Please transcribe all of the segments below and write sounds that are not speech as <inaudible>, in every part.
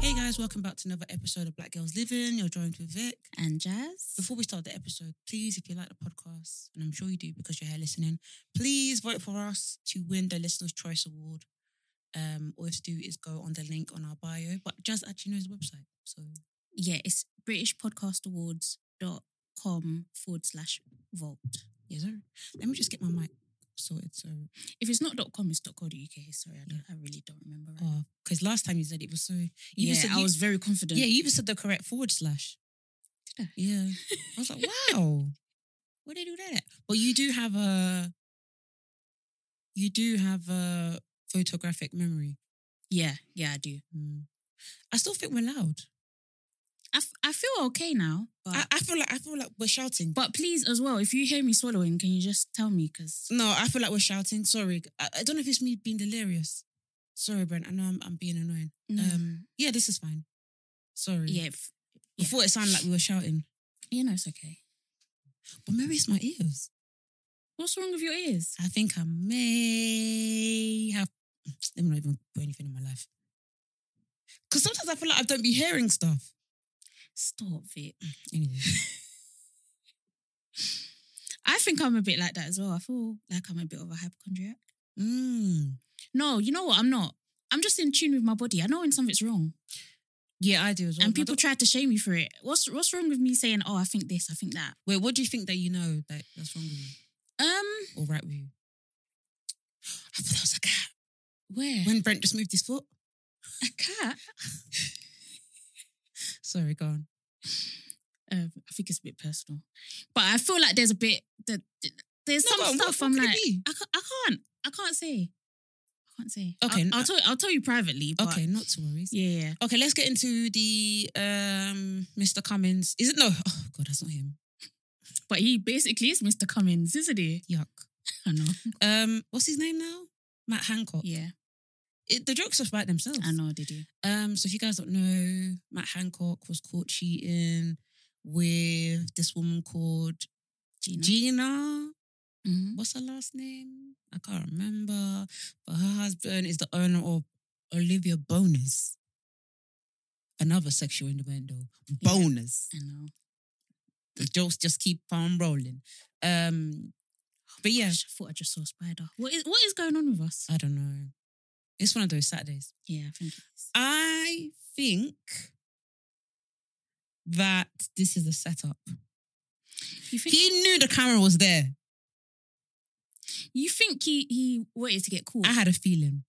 Hey guys, welcome back to another episode of Black Girls Living. You're joined with Vic. and Jazz. Before we start the episode, please, if you like the podcast, and I'm sure you do because you're here listening, please vote for us to win the Listener's Choice Award. Um, all you have to do is go on the link on our bio. But Jazz actually knows the website. So Yeah, it's BritishPodcastAwards.com forward slash vote. yes, sir. Let me just get my mic sorted. So If it's not .com, it's .co.uk. Sorry, I, don't, I really don't remember. Right now. because Oh, last time you said it was so you yeah, even said I you- was very confident. Yeah, you even said the correct forward slash. Did I? Yeah. I was like, wow. Where they do that at? But you do have a you do have a photographic memory. yeah, yeah, I do. Mm. I still think we're loud. I, f- I feel okay now, but I, I feel like I feel like we're shouting. but please as well, if you hear me swallowing, can you just tell me? Because no, I feel like we're shouting. Sorry. I, I don't know if it's me being delirious. Sorry, Brent. I know I'm, I'm being annoying. No. Um yeah, this is fine. Sorry. yeah, if, yeah. Before it sounded like we were shouting. you know, it's okay. But maybe it's my ears. What's wrong with your ears? I think I may have. <sniffs> Let me not even put anything in my life. Because sometimes I feel like I don't be hearing stuff. Mm, Stop it. Anyway, <laughs> I think I'm a bit like that as well. I feel like I'm a bit of a hypochondriac. Mm. No, you know what? I'm not. I'm just in tune with my body. I know when something's wrong. yeah, I do as well. and but I people don't- tried to shame me for it. What's what's wrong with me saying, "Oh, I think this, I think that"? Wait, what do you think that you know that that's wrong with you Um, or right with you? I thought that was a cat. where When Brent just moved his foot. a cat? <laughs> Sorry, go on. Um, I think it's a bit personal, but I feel like there's a bit that there's No, some but what- stuff what I'm could it like, be? I can't, I can't, I can't say, I can't say. Okay, I'll, no. I'll tell I'll tell you privately. But Okay, not to worry. Oh. yeah, yeah. Okay, let's get into the um Mr. Cummins. Is it no? Oh God, that's not him. But he basically is Mr. Cummins, isn't he? Yuck. <laughs> I know. Um, what's his name now? Matt Hancock. Yeah, It, the jokes are about themselves. I know. Did you? Um, so if you guys don't know, Matt Hancock was caught cheating with this woman called Gina. Gina. Mhm. What's her last name? I can't remember. But her husband is the owner of Olivia Bonus. Another sexual innuendo. Bonus. I know. The jokes just keep on rolling. Um, but yeah, Gosh, I thought I just saw a spider. What is what is going on with us? I don't know. It's one of those Saturdays. yeah, I think it is. I think that this is a setup. You think He knew the camera was there. you think he he waited to get caught? I had a feeling.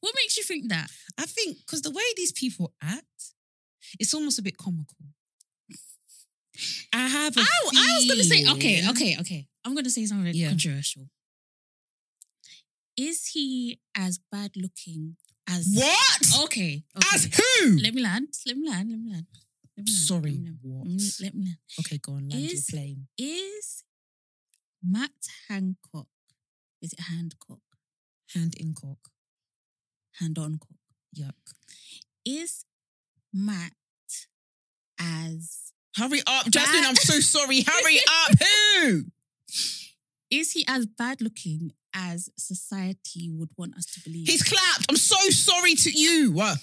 What makes you think that? I think because the way these people act, it's almost a bit comical. I have. a I, I was gonna say, okay, feeling- okay, okay. I'm gonna say something Yeah. controversial. Is he as bad looking as What? Okay, okay. As who? Mm, let me land. Let me land. Let me land. Let me land, Sorry, Let me land. what? Mm, Let me land. Okay, go on. Land Is- your plane. Is Matt Hancock? Is it Hancock? Hand in cock. Hand on cock. Yuck. Is Matt as Hurry up, Jasmine. I'm so sorry. <laughs> Hurry up. Who? is he as bad looking as society would want us to believe? He's clapped. I'm so sorry to you. Uh,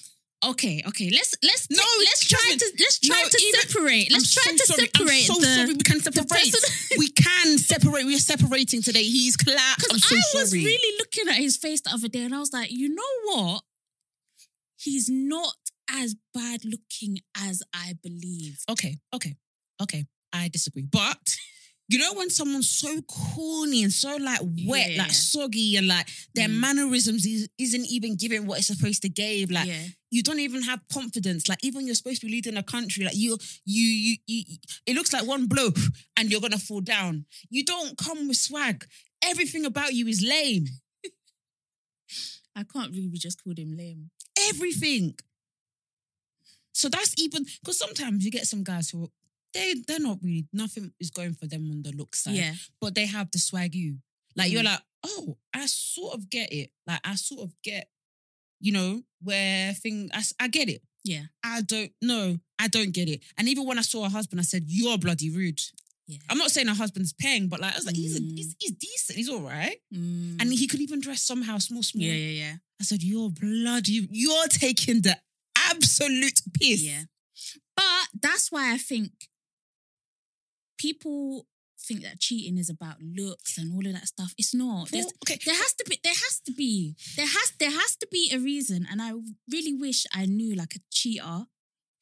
okay, okay. Let's let's No, let's try Jasmine, to let's try no, to even- separate. Let's I'm try so to sorry. separate I'm so the sorry. We can the separate. person- we can separate. We're separating today. He's clapped. I'm Because so I was sorry. really looking at his face the other day and I was like, you know what? He's not as bad looking as I believe. okay, okay, okay. I disagree. But you know when someone's so corny and so like wet, Yeah. like soggy, and like their Mm. mannerisms is, isn't even giving what it's supposed to give. Like yeah. you don't even have confidence. Like even you're supposed to be leading a country. Like you, you, you, you it looks like one blow and you're gonna fall down. You don't come with swag. Everything about you is lame. I can't believe we just called him lame. everything. So that's even because sometimes you get some guys who they they're not really nothing is going for them on the look side, Yeah. but they have the swag you. Like you're Mm. like, oh, I sort of get it. Like I sort of get, you know, where thing I, s- I get it. Yeah. I don't know. I don't get it. And even when I saw her husband, I said, "You're bloody rude." Yeah. I'm not saying her husband's paying, but like I was like, he's, a, Mm. he's he's decent. He's all right, Mm. and he could even dress somehow small, small. yeah, yeah, yeah. I said, "You're bloody. You're taking the absolute piss." Yeah. But that's why I think people think that cheating is about looks and all of that stuff. It's not. There's, Well, okay. There has to be. There has to be. There has. There has to be a reason. And I really wish I knew like a cheater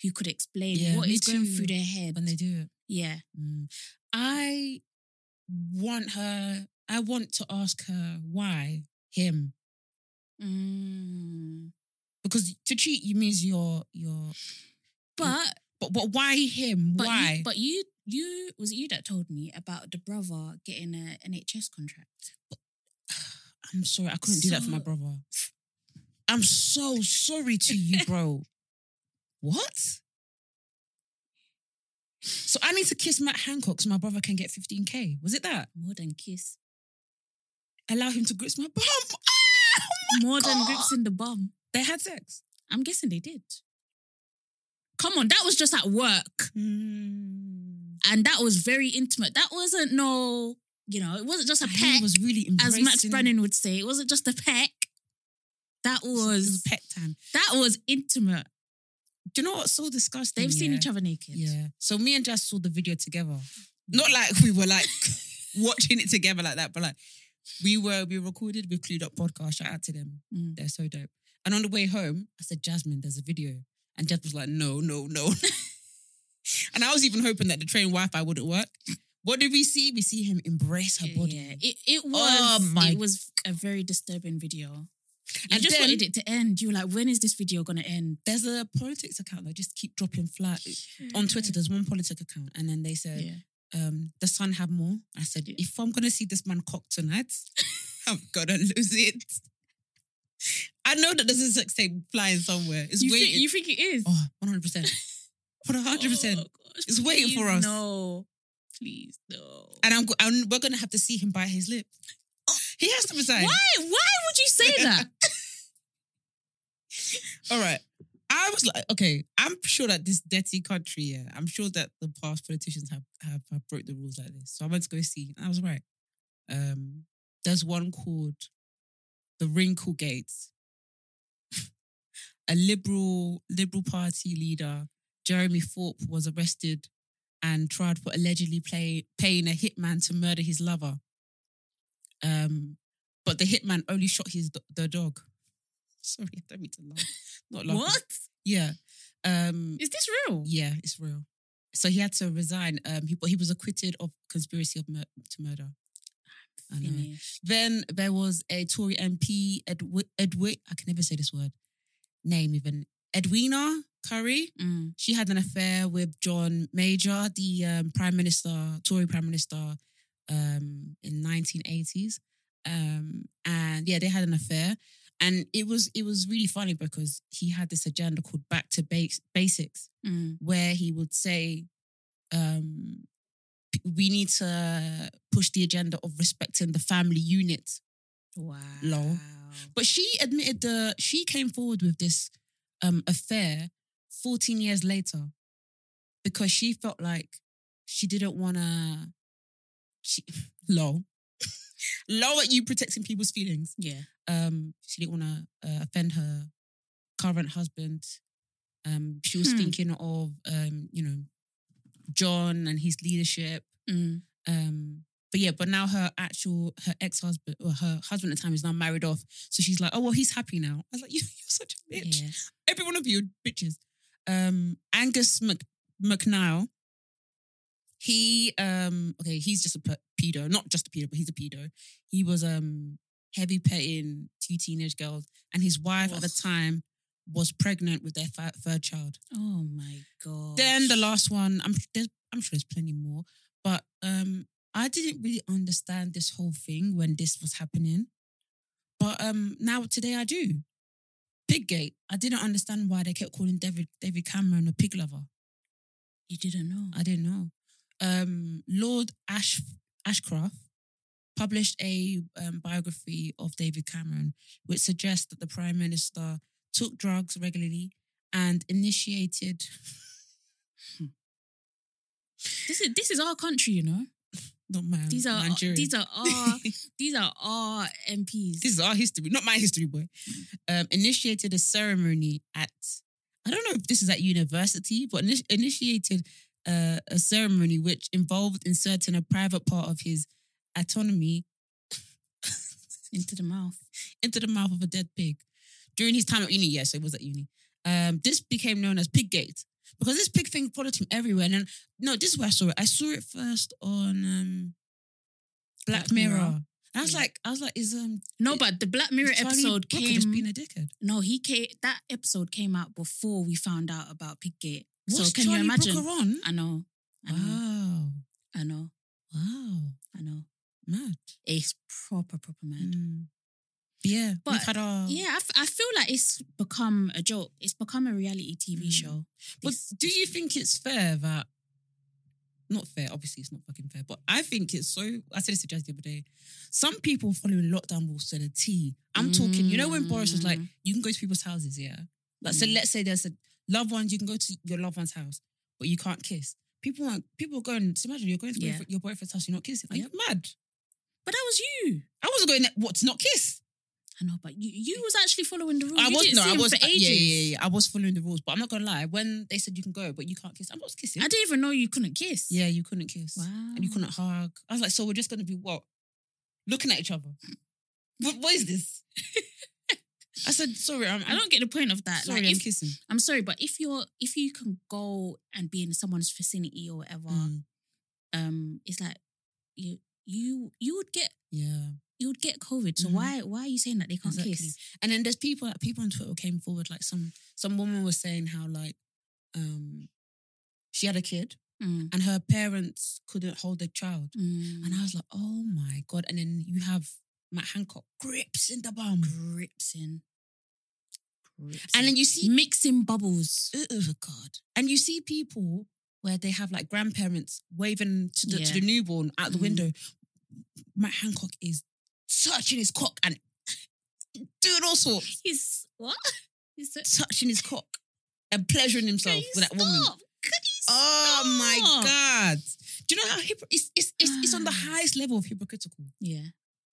who could explain Yeah, what me is going too. through their head. do it, yeah. Mm. I want her. I want to ask her why him Mm. because to cheat you means you're you're. But But but why him? but why? You, but you you was it you that told me about the brother getting a NHS contract. I'm sorry, I couldn't do that for my So- brother. <laughs> I'm so sorry to you, bro. what? So I need to kiss Matt Hancock so my brother can get 15k. Was it that? More than kiss. Allow him to grip my bum. More than God. grips in the bum. They had sex. I'm guessing they did. Come on, that was just at work. Mm. And that was very intimate. That wasn't no, you know, it wasn't just a And he peck. was really as embracing. Max Brennan would say, it wasn't just a peck. That it was, was peck time. that was intimate. Do you know what's so disgusting? They've seen yeah? each other naked. Yeah. So me and Jazz saw the video together. Not like we were like <laughs> watching it together like that, but like we were we recorded with Clued Up Podcast. Shout out to them. Mm. They're so dope. And on the way home, I said, Jasmine, there's a video. And Jazz was like, no, no, no. <laughs> and I was even hoping that the train Wi-Fi wouldn't work. What did we see? We see him embrace her body. Yeah, it, it was Oh my- it was a very disturbing video. You And just then- wanted it to end. You were like, when is this video gonna end? There's a politics account that just keep dropping flat. On Twitter, there's one politic account, and then they said, Mm. Yeah. um, the sun have more. I said, Yeah. if I'm gonna see this man cock tonight, <laughs> I'm gonna lose it. I know that there's a sex tape flying somewhere. It's You, waiting. think, you Oh. think it is? oh, 100 percent, 100 <laughs> percent. gosh, It's waiting for please, us. No, please no. And I'm, go- and we're gonna have to see him bite his lip. Oh. He has to resign. why? Why would you say that? <laughs> All right. I was like, okay, I'm sure that this dirty country, yeah, I'm sure that the past politicians have, have, have broke the rules like this. So I went to go see, and I was right. Um, there's one called the Wrinkle Gate. <laughs> A liberal liberal party leader, Jeremy Thorpe, was arrested and tried for allegedly play, paying a hitman to murder his lover. Um, but the hitman only shot his do- the dog. <laughs> Sorry, I don't mean to laugh. Not laughing. What Yeah. Um is this real? yeah, it's real. So he had to resign. Um he but he was acquitted of conspiracy of mur- to murder. I know. Finished. Then there was a Tory MP Edwi Edwi I can never say this word name even Edwina Curry. Mm. She had an affair with John Major, the um, Prime Minister, Tory Prime Minister, um, in 1980s. Um, and yeah, they had an affair, and it was it was really funny because he had this agenda called Back to Bas- Basics, Mm. where he would say, um, p- "We need to push the agenda of respecting the family unit." Wow. Lol. But she admitted the she came forward with this um, affair 14 years later because she felt like she didn't want to. She <laughs> low, low at you protecting people's feelings. Yeah. Um, she didn't want to uh, offend her current husband. Um, she was Hmm. thinking of um, you know, John and his leadership. Mm. Um, but yeah, but now her actual her ex husband or her husband at the time is now married off. So she's like, oh well, he's happy now. I was like, <laughs> you, you're such a bitch. Yeah. Every one of you are bitches. Um, Angus Mc, McNeil. He um okay, he's just a pe- pedo, not just a pedo, but he's a pedo. He was um heavy petting two teenage girls, and his wife at the Ugh. time was pregnant with their fi- third child. Oh my god. Then the last one, I'm there's, I'm sure there's plenty more, but um, I didn't really understand this whole thing when this was happening, but um, now today I do. Piggate, I didn't understand why they kept calling David David Cameron a pig lover. you didn't know. I didn't know. Um, Lord Ash Ashcroft published a um, biography of David Cameron, which suggests that the prime minister took drugs regularly and initiated. <laughs> This is this is our country, you know. <laughs> Not man, These are Nigerian. these <laughs> are our these are our MPs. this is our history, not my history, boy. Um, initiated a ceremony at, I don't know if this is at university, but init- initiated uh, a ceremony which involved inserting a private part of his autonomy <laughs> into the mouth. into the mouth of a dead pig. During his time at uni, yes, it was at uni. Um, this became known as Piggate because this pig thing followed him everywhere. And then, no, this is where I saw it. I saw it first on um, Black, Black Mirror. Mirror. And I was Yeah. like, I was like, is um, No, but the Black Mirror is Charlie episode Brooker just came. being a dickhead? no, he came. That episode came out before we found out about Piggate. What's so can Charlie you imagine? Brooker on? I know. I know. Wow. I know. Wow. I know. Mad. It's proper, proper mad. Mm. Yeah. But, we've had our, Yeah, I, f- I feel like it's become a joke. It's become a reality TV Mm. show. But This- do you think it's fair that not fair, obviously it's not fucking fair, but I think it's so I said this to Jazz the other day. Some people following lockdown will sell a tea. I'm talking, you know when Boris was like, Mm. you can go to people's houses, yeah? Like so Mm. let's say there's a loved ones, you can go to your loved one's house, but you can't kiss. People want people are going, so imagine you're going to Yeah. boyfriend- your boyfriend's house, you're not kissing. Are Yep. you mad? But that was you. I wasn't going there, what to not kiss. I know, but you, you was actually following the rules. I You was didn't no, see I him was for yeah, ages. yeah, yeah, yeah. I was following the rules, but I'm not gonna lie. When they said you can go, but you can't kiss, I was kissing. I didn't even know you couldn't kiss. Yeah, you couldn't kiss. Wow. And you couldn't hug. I was like, so we're just going to be what? Looking at each other. What, what is this? <laughs> I said, sorry, I'm, I don't get the point of that. sorry, like, I'm if, kissing. I'm Mm. sorry, but if you're if you can go and be in someone's vicinity or whatever, Mm, um, it's like you you you would get yeah. you would get COVID. So Mhm. why why are you saying that they can't Exactly. kiss? And then there's people, like, people on Twitter came forward, like some, some woman was saying how like, um, she had a kid Mm. and her parents couldn't hold the child. Mm. And I was like, oh my God. And then you have Matt Hancock grips in the bum. grips in. Grips And in. then you see mixing bubbles. oh god and you see people where they have like grandparents waving to the, to Yeah. Mm-hmm. the newborn out the Mhm. window matt hancock is touching his cock and doing all sorts He's what? <laughs> He's so, touching his cock and pleasuring himself Can you with that woman stop? Could he oh my stop? Ah. god do you know how hypocr- it's, it's, it's, it's on the highest level of hypocritical Yeah.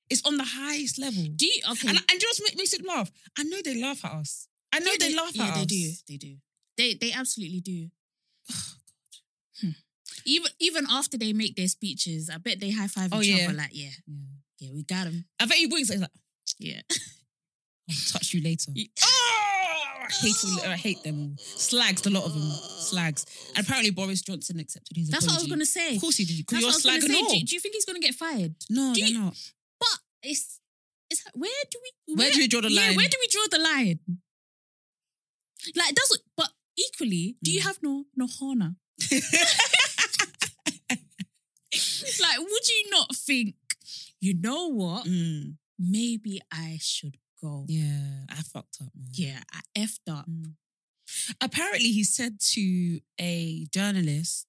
it's on the highest level Do you okay? and, and just makes it laugh i know they laugh at us i know Yeah, they, laugh at yeah, us Oh, they do. They do. They they <sighs> absolutely do. Hmm. Even even after they make their speeches, I bet they high five Oh, each yeah. other. Like, yeah, Yeah. yeah, we got him. i bet he winks like Yeah. I'll touch you later. Ye- Oh, <laughs> I hate all, I hate them all. Slags, the lot of them. Slags. And apparently Boris Johnson accepted his That's what I was apology. gonna say. Of course he did. That's Because you're what I was gonna slagging say. all. Do, do you think he's gonna get fired? no, do they're you- not. But it's it's like, where do we Where do we draw the Yeah, line? where do we draw the line? Like that's what, but equally, do you Mm. have no no <laughs> honor? <laughs> Like, would you not think, you know what? Mm, Maybe I should go. yeah, I fucked up, man. Yeah, I effed up. Mm. Apparently he said to a journalist,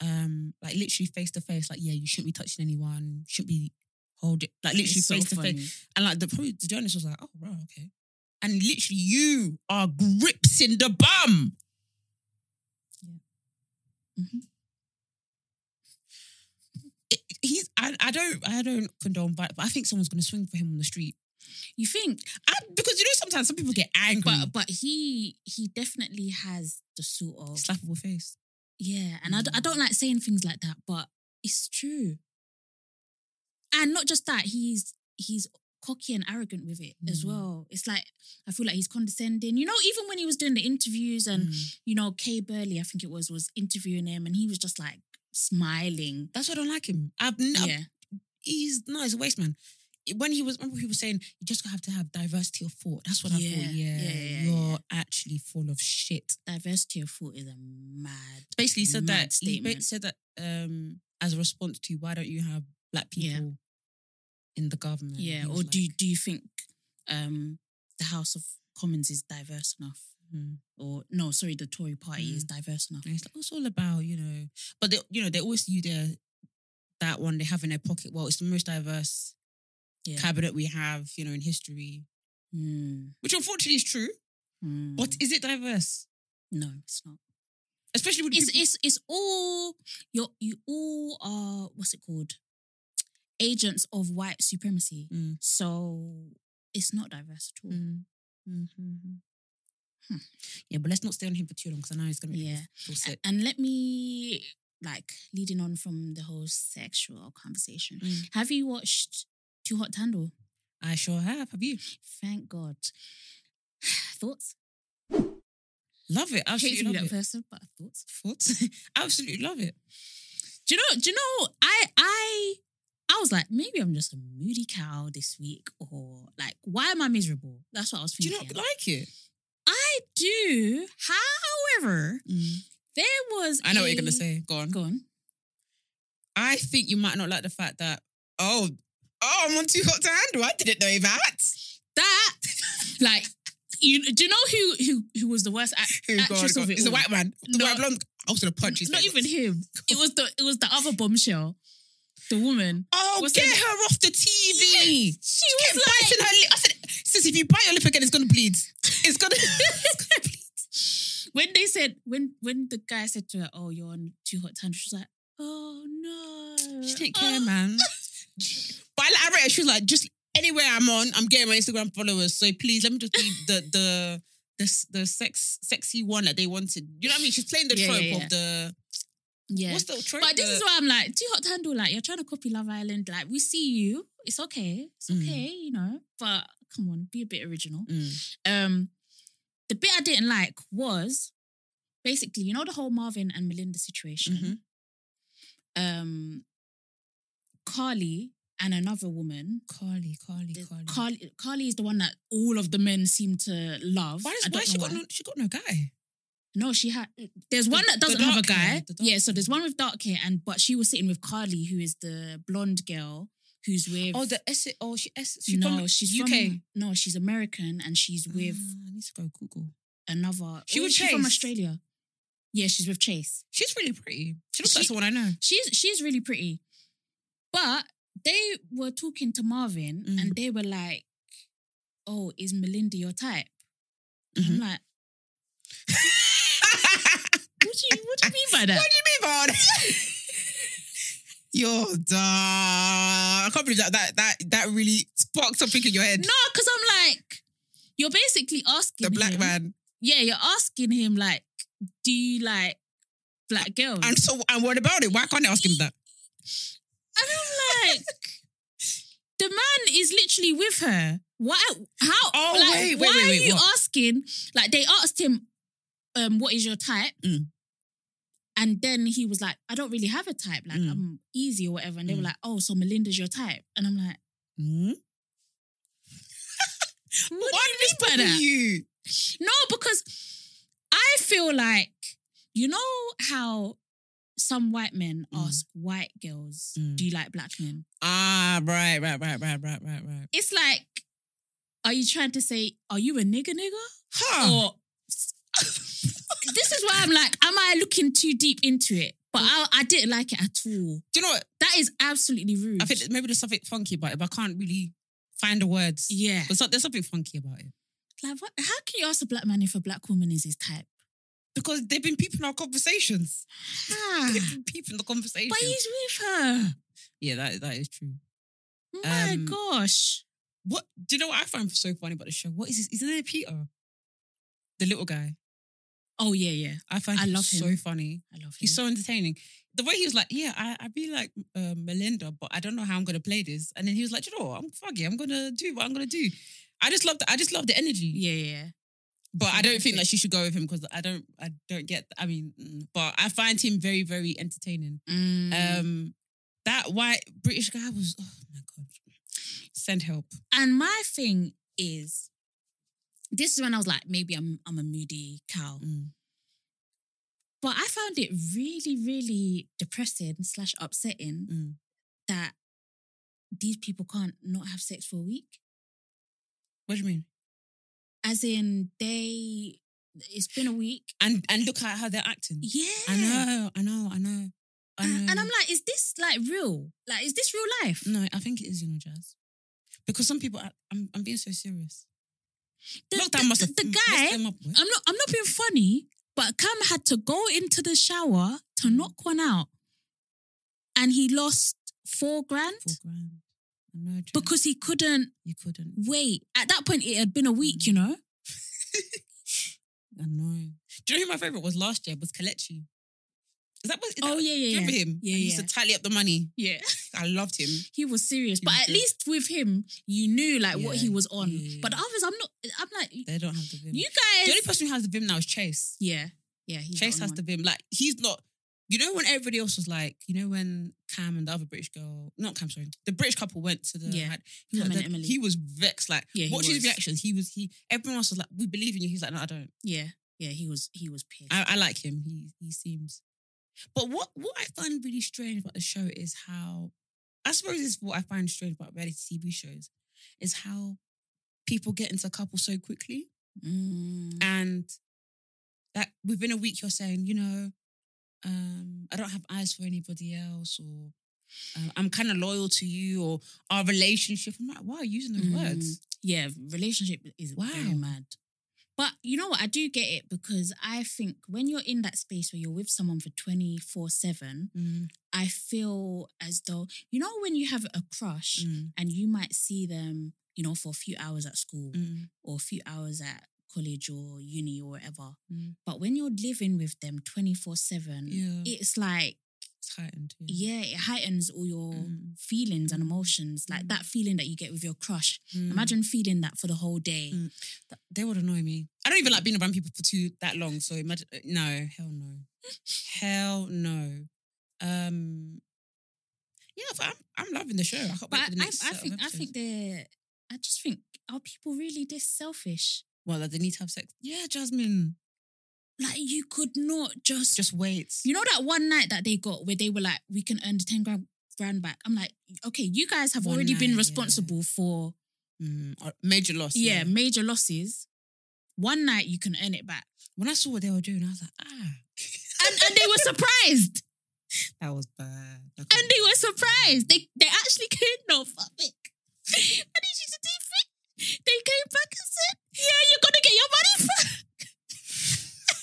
um, like literally face to face, like, yeah, you shouldn't be touching anyone, shouldn't be hold it, like literally It's so face to funny. face. And like the probably the journalist was like, oh bro, okay. And literally you are gripsing the bum. Mhm. It- He's I, I don't I don't condone but but I think someone's gonna swing for him on the street. You think, I, because you know sometimes some people get angry. but but he he definitely has the sort of slappable face. Yeah, and I d- I mm-hmm. don't like saying things like that, but it's true. And not just that, he's he's cocky and arrogant with it as Mm. well. It's like I feel like he's condescending. You know, even when he was doing the interviews and Mm. you know, Kay Burley, I think it was, was interviewing him, and he was just like smiling. That's why I don't like him. I've, n- I've- yeah, he's no, he's a waste man. When he was, remember he was saying, you just have to have diversity of thought. That's what I Yeah, thought. Yeah, yeah, yeah, you're actually full of shit. diversity of thought is a mad. Basically, he said Mad that he ba- statement. said that um, as a response to why don't you have black Yeah. people in the government? Yeah, He or was do you, like, do you think um the House of Commons is diverse enough? Mm. Or no, sorry, the Tory Party is Mm. diverse enough. And it's like, it's all about you know, but they, you know they always use their that one they have in their pocket. Well, it's the most diverse Yeah. cabinet we have, you know, in history, Mm, which unfortunately is true. mm. But is it diverse? No, it's not. Especially with It's people- it's it's all you you all are what's it called? Agents of white supremacy. Mm. So it's not diverse at all. Mm-hmm. Hmm. Yeah, but let's not stay on him for too long because I know he's gonna make Yeah. people feel sick. A- And let me like leading on from the whole sexual conversation. Mm. Have you watched Too Hot to Handle? I sure have. Have you? Thank God. <sighs> Thoughts? Love it. Hate to Absolutely be love that it. person, but thoughts. <laughs> Thoughts? Absolutely love it. Do you know? Do you know? I I I was like, maybe I'm just a moody cow this week, or like, why am I miserable? That's what I was Do thinking. you not like it? I do. However, there was. Mm. I know what you're a- gonna say. Go on. Go on. I think you might not like the fact that oh oh I'm on too hot to handle. I didn't know that. <laughs> That like. You, do you know who who who was the worst act- Oh, God, actress God. of it? It's a all? white man. The No. white blonde. I was gonna punch his Not face. even him. It was the it was the other bombshell, the woman. Oh, What's get her- her off the TV. She Kept biting her lip. I said, sis, if you bite your lip again, it's gonna bleed. It's gonna. <laughs> it's gonna bleed. <laughs> when they said when when the guy said to her, "Oh, you're on too hot time," she was like, "Oh no, She didn't care, Oh. man. <laughs> but I, like- I read it. She was like, just anywhere I'm on, I'm getting my Instagram followers. So please let me just be the the the s- the sex sexy one that they wanted. You know what I mean? She's playing the Yeah, trope yeah, yeah. of the Yeah, what's the trope? but this The- is why I'm like too hot to handle. Like you're trying to copy Love Island. Like we see you. It's okay. It's Mm. okay. You know. But come on, be a bit original. Mm. Um, the bit I didn't like was basically you know the whole Marvin and Melinda situation. Mhm. Mm-hmm. Um, Carly and another woman. Carly, Carly, the- Carly. Carly, Carly is the one that all of the men seem to love. Why I does don't why she know got no she got no guy? No, she had. There's one that the doesn't have a dark guy. hair, the dark yeah, so there's hair. one with dark hair, and but she was sitting with Carly, who is the blonde girl who's with. Oh, the S. Oh, she S. She no, from she's UK. From, no, she's American, and she's with Ah, I need to go Google. another. She or with is she from Chase? Australia. Yeah, she's with Chase. She's really pretty. She looks like Ah, She- someone I know. <laughs> She's she's really pretty, but they were talking to Marvin, Mm. and they were like, "Oh, is Melinda your type?" And Mm-hmm. I'm like, "What do you what do you mean by <laughs> that?" What do you mean by that? <laughs> You're dumb. I can't believe that that that that really sparked something in your head. No, because I'm like, you're basically asking the black him- man. Yeah, you're asking him like, do you like black girls? And so and what about it? Why can't I ask him that? and I'm like, the man is literally with her. Why? How? Oh, like, wait, wait, why wait, wait, are you what? asking? Like, they asked him, um, what is your type? Mm. And then he was like, I don't really have a type. Like, Mm. I'm easy or whatever. And they were Mm. like, oh, so Melinda's your type. And I'm like, Hmm? what, Why do you mean by that? You. No, because I feel like you know how some white men Mm. ask white girls, Mm. "Do you like black men?" Ah, right, right, right, right, right, right, right. It's like, are you trying to say, "Are you a nigger, nigger?" Huh. <laughs> Or this is why I'm like, am I looking too deep into it? But I, I didn't like it at all. Do you know what? That is absolutely rude. I think that maybe there's something funky about it, but I can't really find the words. yeah. But so, there's something funky about it. Like, what, how can you ask a black man if a black woman is his type? Because they've been peeping our conversations. Ah, They've been peeping the conversation. <laughs> but he's with her. Oh yeah, that, that is true. My Um, gosh. What do you know what I find so funny about the show? What is his Isn't it Peter? The little guy. Oh yeah, yeah. I find I him love so him. funny. I love him. He's so entertaining. The way he was like, yeah, I, I be like uh, Melinda, but I don't know how I'm gonna play this. And then he was like, you know, what? I'm fuck it, I'm gonna do what I'm gonna do. I just love the I just love the energy. yeah, yeah. But I don't think that she should go with him because I don't I don't get I mean, mm, but I find him very very entertaining. Mm. Um, that white British guy was oh my god, send help. and my thing is, this is when I was like, maybe I'm I'm a moody cow. Mm. But I found it really, really depressing slash upsetting Mm. that these people can't not have sex for a week. What do you mean? As in, they it's been a week. And and look at how they're acting. Yeah. Uh, I know, I know, I know, I know. And, and I'm like, is this like real? Like, is this real life? No, I think it is, you know, Jazz. Because some people, are, I'm, I'm being so serious. The, Lockdown the- must have the messed guy. them up, boy. I'm not. I'm not being funny, but Cam had to go into the shower to knock one out, and he lost four grand Four grand. I know, Jazz. because he couldn't you couldn't. wait. At that point, it had been a week, you know. I know. Do you know who my favorite was last year? Was Kalechi. Is that what? Is Oh that, yeah, do you yeah, remember yeah. him? Yeah, And he yeah. used to tally up the money. Yeah, I loved <laughs> him. he was serious, He but was at good. least with him, you knew like what Yeah, he was on. yeah, yeah, But the yeah. others, I'm not. I'm like They don't have the vim. you the guys. only person who has the vim now is Chase. Yeah, yeah. He's Chase the has only the one. vim. Like he's not. You know when everybody else was like, you know when Cam and the other British girl, not Cam, sorry, the British couple went to the. Yeah. had- he Cam was- and Emily. He was vexed. Like, Yeah, he watch was. his reactions. He was he. Everyone else was like, we believe in you. He's like, no, I don't. Yeah, yeah. He was. He was pissed. I, I like him. He he seems. But what what I find really strange about the show is how, I suppose, is what I find strange about reality TV shows, is how people get into a couple so quickly. Mm. and that within a week you're saying, you know, um, I don't have eyes for anybody else, or uh, I'm kind of loyal to you, or our relationship. I'm like, why are you using those Mm. words? yeah, relationship is very Wow. mad. But you know what? I do get it because I think when you're in that space where you're with someone for 24 7, Mm, I feel as though, you know, when you have a crush Mm. and you might see them, you know, for a few hours at school Mm. or a few hours at college or uni or whatever. Mm. But when you're living with them 24 7, Yeah, it's like, it's heightened. Yeah. yeah, it heightens all your Mm. feelings and Mm. emotions. Like Mm. that feeling that you get with your crush. Mm. Imagine feeling that for the whole day. Mm. That- they would annoy me. I don't even like being around people for too that long. So imagine, no, hell no, hell no. Um, yeah, but I'm I'm loving the show. I can't But wait I, for the next I, I set of think I episodes. think they're. I just think are people really this selfish? well, that they need to have sex. Yeah, Jasmine, Like you could not just just wait. You know that one night that they got where they were like, we can earn the ten grand grand back. I'm like, okay, you guys have One already been night, responsible for Mm, or major loss. yeah, major losses. One night you can earn it back, When I saw what they were doing, I was like, ah, and and they <laughs> were surprised, that was bad. That and they were surprised. They they actually <laughs> came no fuck <laughs> it. I need you to do it. They came back and said, yeah, you're gonna get your money back. <gasps>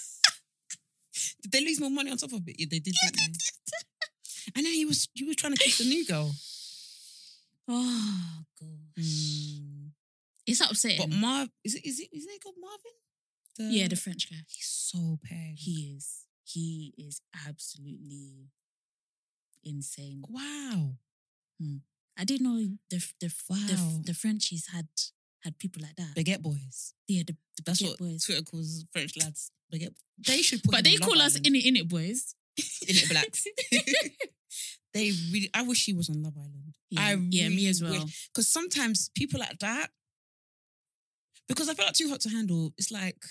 could- did they lose more money on top of it? Yeah, they did. didn't they? <laughs> And then he was he was trying to kiss the new girl. Oh gosh, it's upsetting. But Marv, is it is it isn't it called Marvin? The- yeah, the French guy. he's so pale. He is. He is absolutely insane. wow. I didn't know the the the, Wow. the Frenchies had had people like that. Baguette boys. yeah, the, the That's Baguette what boys. Twitter calls French lads. Baguette. They should put. but him they on Love call us Island. in it in it boys. in it <laughs> blacks. <laughs> they really. I wish he was on Love Island. Yeah, I yeah, me really as well. because sometimes people like that, because I feel like too hot to handle. It's like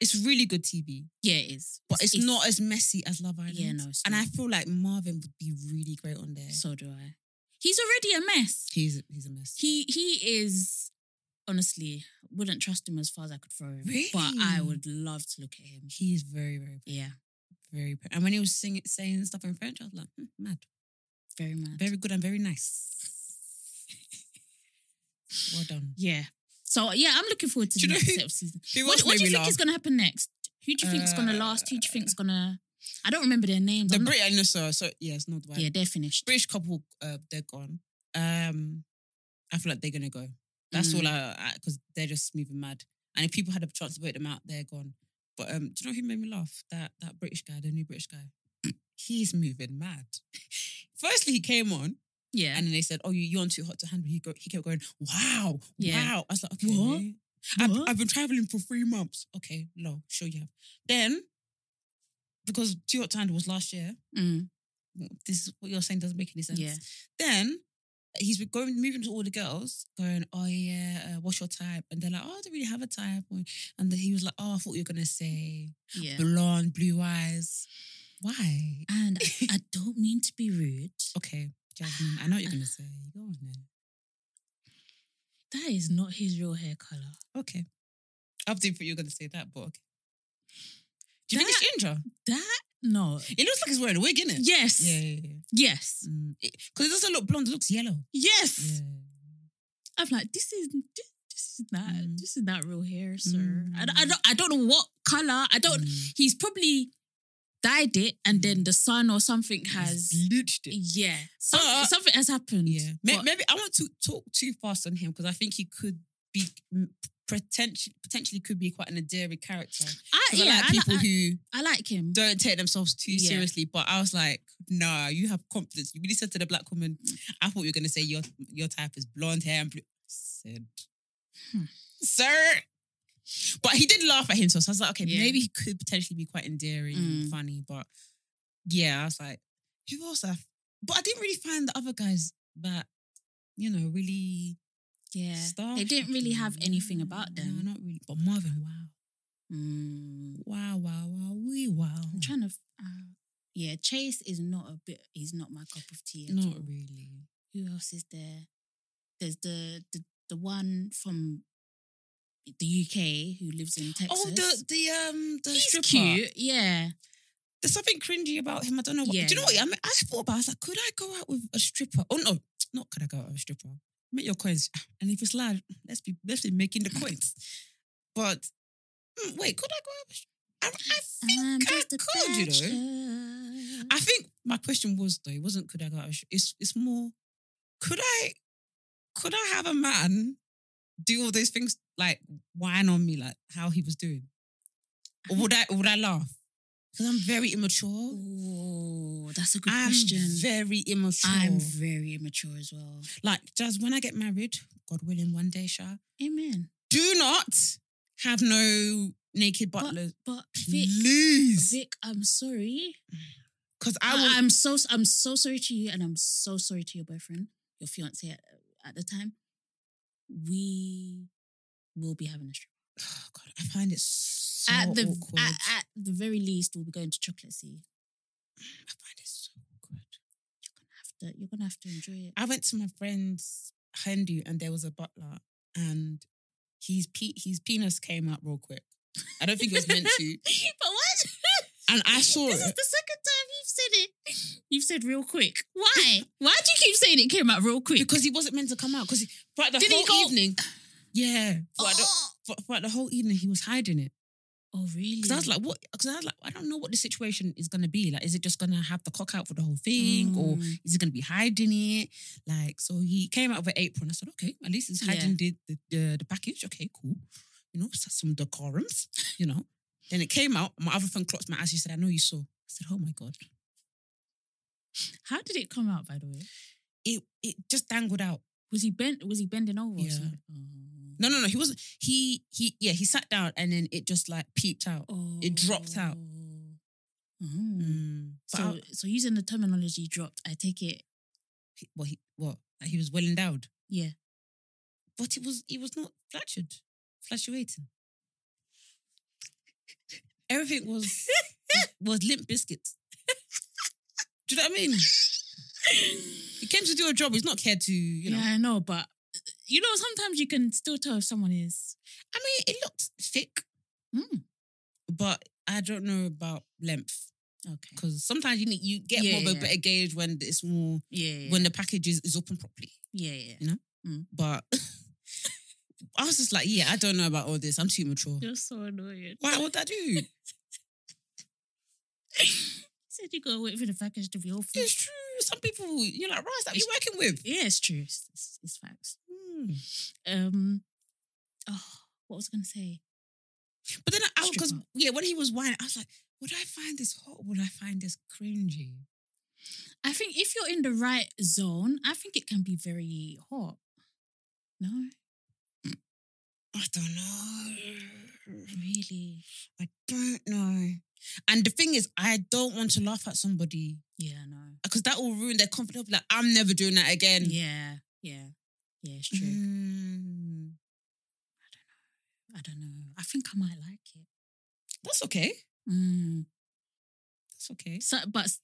it's really good TV, Yeah, it is. but it's, not as messy as Love Island. Yeah, no, it's and not. I feel like Marvin would be really great on there. So do I. He's already a mess. he's he's a mess. He he is honestly wouldn't trust him as far as I could throw him. But I Really? would love to look at him. He is very very Yeah, Very. pa- And when he was singing, saying stuff in French, I was like, hmm, mad. Very mad. Very good and very nice. Well done. yeah. So yeah, I'm looking forward to Do the you know next who- set of season. who What, else what made do you me think laugh? Uh, is gonna happen next? Who do you think's gonna last? Who do you think's gonna? I don't remember their names. The I'm not- Brit and so so yeah, it's not right. yeah, they're finished. British couple, uh, they're gone. Um, I feel like they're gonna go. That's Mm. all I because they're just moving mad. And if people had a chance to vote them out, they're gone. But um, do you know who made me laugh? That that British guy, the new British guy. <clears throat> He's moving mad. Firstly, he came on Yeah. and then they said, "Oh, you you on too hot to handle." He go, he kept going, "Wow, Yeah. wow." I was like, "Okay." What? I've, What? I've been traveling for three months. Okay, no, sure you have. Then, because Too Hot to Handle was last year, Mm. this is what you're saying doesn't make any sense. Yeah. Then uh, he's been going moving to all the girls, going, "Oh yeah, uh, what's your type?" And they're like, "Oh, I don't really have a type." And then he was like, "Oh, I thought you were gonna say Yeah. blonde, blue eyes." Why? <laughs> And I, I don't mean to be rude. Okay, Jasmine, I know what you're gonna say. Go on then. That is not his real hair color. Okay, I didn't think you were gonna say that, but okay. Do you think it's ginger? That no. It looks like he's wearing a wig, innit? Yes. Yeah, yeah, yeah. Yes. Because it, 'cause it doesn't look blonde; it looks yellow. Yes. Yeah. I'm like, this is this, this is not Mm. this is not real hair, sir. I, don't- I Mm-hmm. don't I don't know what color. I don't. Mm. He's probably dyed it, and Mm-hmm. then the sun or something has. He's bleached it. Yeah, something, But- something has happened. Uh, Yeah, maybe, But- maybe I want to talk too fast on him because I think he could be potentially potentially could be quite an endearing character. I, 'Cause yeah, I like I, people like, who I, like him. don't take themselves too Yeah. seriously. But I was like, nah, you have confidence. You really said to the black woman, I thought you were gonna say your your type is blonde hair and blue. Said, Hmm. sir. But he did laugh at him, so I was like, okay, Yeah. maybe he could potentially be quite endearing Mm. and funny. But yeah, I was like, who else? I f- but I didn't really find the other guys that you know really. Yeah, stuff. they didn't really have anything about them. No, not really. But Marvin, wow, Mm, wow, wow, wow, wee, wow. I'm trying to. f- Uh, yeah, Chase is not a bit. He's not my cup of tea. At Not all. really. Who else is there? There's the the the one from the UK who lives in Texas. Oh, the the um the He's stripper. cute. Yeah. There's something cringy about him. I don't know. What, Yeah. Do you know what? I, mean, I thought about. it. I was like, could I go out with a stripper? Oh no, not could I go out with a stripper? Make your coins, <sighs> and if it's loud, let's be let's be making the coins. But mm, wait, could I go out? With, a stri- I, I think I'm I just a could. You know. bachelor. I think my question was though, it wasn't could I go out? with a stri- It's it's more, could I, could I have a man do all those things like whine on me like how he was doing? Or would I would I laugh? Because I'm very immature. Oh, that's a good I'm question. very immature. I'm very immature as well. like just when I get married, God willing, one day, Sha, Amen. do not have no naked But- butlers, But Vic, please. Vic, I'm sorry. Because I I will. am so I'm so sorry to you, and I'm so sorry to your boyfriend, your fiance at, uh, at the time. We will be having a strip Oh, <sighs> God, I find it so at the awkward. at, at the very least. We'll be going to Chocolate Sea. I find it so awkward. After you're gonna have to enjoy it. I went to my friend's Hindu and there was a butler and his pe- his penis came out real quick. I don't think it was meant to. <laughs> but what? And I saw This is it. the second time you've said it. You've said real quick. Why? Why do you keep saying it came out real quick? Because he wasn't meant to come out. Because throughout the Did he whole go- evening, <clears throat> yeah, throughout, Oh. the, thro- throughout the whole evening he was hiding it. oh really? Because I was like, what? Because I was like, I don't know what the situation is gonna be. Like, is it just gonna have the cock out for the whole thing, or Mm. is he gonna be hiding it? Like, so he came out with an apron. I said, okay, at least he's hiding the, the the the package. Okay, cool. You know, so- some decorums. <laughs> You know. then it came out. My other friend clocked my ass. She said, I know you saw. I said, oh my god. how did it come out? By the way, It it just dangled out. was he bent? Was he bending over? Or Yeah. something? No, no, no. He wasn't. He he yeah. He sat down and then it just like peeped out. Oh. It dropped out. Mm. Mm. But So, I- so using the terminology dropped, I take it. he- what he what like he was well endowed. Yeah. but it was it was not flattered, fluctuating. Everything was <laughs> was limp biscuits. Do you know what I mean? He came to do a job. He's not cared to, you know. Yeah, I know, but you know, sometimes you can still tell if someone is. I mean, it looked thick, Mm. but I don't know about length. Okay. Because sometimes you need, you get Yeah, more of a yeah. better gauge when it's more Yeah. yeah. when the package is, is open properly. yeah, yeah. But <laughs> I was just like, yeah, I don't know about all this. I'm too mature. You're so annoying. Why would I do? said you gotta wait for the package to be open. It's true. Some people, you're like, Ross, that you It's- working with. Yeah, it's true. It's, it's, it's facts. Hmm. Um, oh, what was I gonna say? But then I, because Stripper. yeah, when he was whining, I was like, would I find this hot? Would I find this cringy? I think if you're in the right zone, I think it can be very hot. No, I don't know. really. I don't know. And the thing is, I don't want to laugh at somebody Yeah, no. because that will ruin their confidence. Like, I'm never doing that again. Yeah, yeah, yeah. It's true. Mm, Mm-hmm. I don't know. I think I might like it. that's okay. Mm. That's okay. So, but s-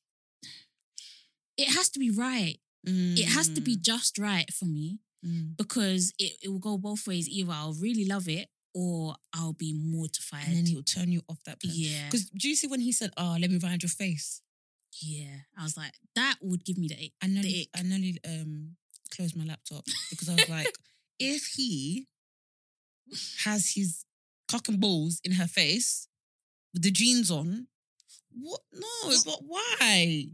it has to be right. It has to be just right for me Mm. because it, it will go both ways. Either I'll really love it or I'll be mortified. And then he'll turn you off that plan. yeah. Because do you see when he said, "Oh, let me ride your face," Yeah, I was like, that would give me the ick. I nearly, The I nearly um, closed my laptop because I was like, if he has his cock and balls in her face with the jeans on, what? No, but why?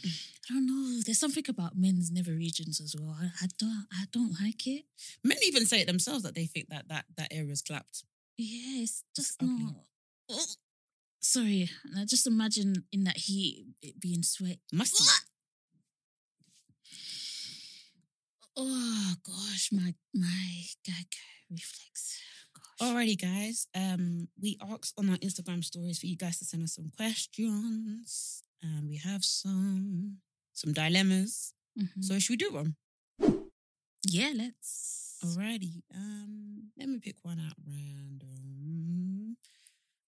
I don't know. There's something about men's never regions as well. I, I don't, I don't like it. Men even say it themselves that they think that that that area's clapped. Yeah, it's just ugly. not. Ugh. Sorry, and I just imagine in that heat it being sweat. Musty. Oh gosh, my my gag reflex. Gosh. Alrighty, guys. Um, we asked on our Instagram stories for you guys to send us some questions, and we have some some dilemmas. Mhm. So should we do one? yeah, let's. Alrighty. Um, let me pick one out random.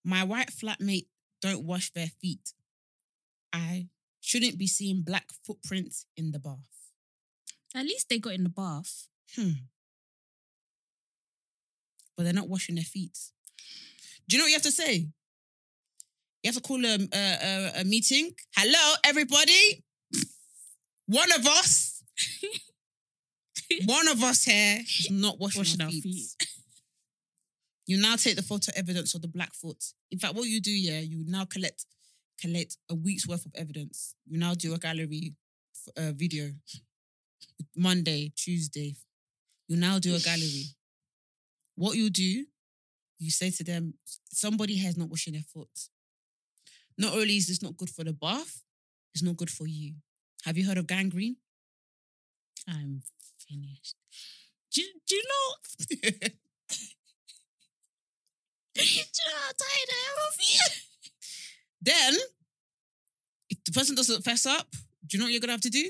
My white flatmate don't wash their feet. I shouldn't be seeing black footprints in the bath. At least they got in the bath. Hmm. But they're not washing their feet. Do you know what you have to say? You have to call a a, a, a meeting. Hello, everybody. One of <laughs> us. one of us here is not washing, Washing our, our feet. feet. <laughs> You now take the photo evidence of the black foot. In fact, what you do, yeah, you now collect collect a week's worth of evidence. You now do a gallery uh, video. Monday, Tuesday, you now do a gallery. What you do, you say to them, somebody has not washing their foot. Not only is this not good for the bath, it's not good for you. Have you heard of gangrene? I'm finished. Do, you- do you know Do you know how tired I am of you? <laughs> then, if the person doesn't fess up, do you know what you're gonna have to do?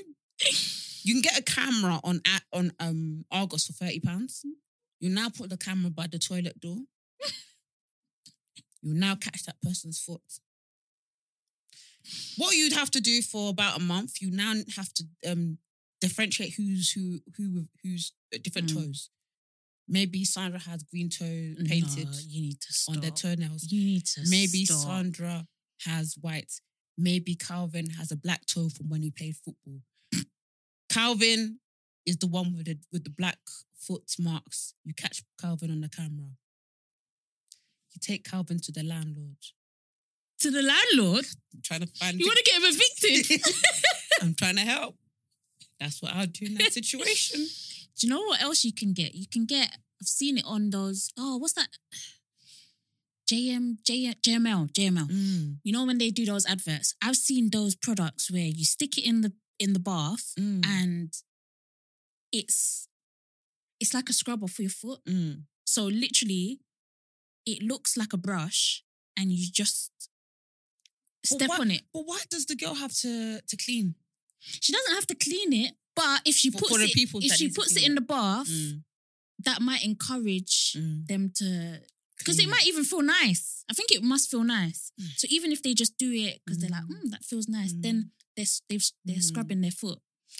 You can get a camera on at on um Argos for thirty pounds. You now put the camera by the toilet door. you now catch that person's foot. What you'd have to do for about a month, you now have to um differentiate who's who who with- who's uh, different Mm. toes. Maybe Sandra has green toe painted No, uh, you need to stop. on their toenails. You need to Maybe stop. Sandra has white. Maybe Calvin has a black toe from when he played football. Calvin is the one with the with the black foot marks. You catch Calvin on the camera. You take Calvin to the landlord. to the landlord. I'm trying to find. You want to get him evicted? <laughs> <laughs> I'm trying to help. That's what I'll do in <laughs> that situation. do you know what else you can get? You can get. I've seen it on those. Oh, what's that? <sighs> JM, JM, JML, JML. Mm, You know when they do those adverts? I've seen those products where you stick it in the in the bath mm, and it's it's like a scrubber for your foot. mm. So literally, it looks like a brush, and you just But step why- on it. But why does the girl have to to clean? She doesn't have to clean it, but if she For- puts for the it, people if that she need to puts clean it in it. the bath, Mm, that might encourage mm. them to because it Clean it. might even feel nice. I think it must feel nice. Mm. So even if they just do it because they're like, Mm. mm, that feels nice, Mm. then they're s- they've, they're Mm. scrubbing their foot.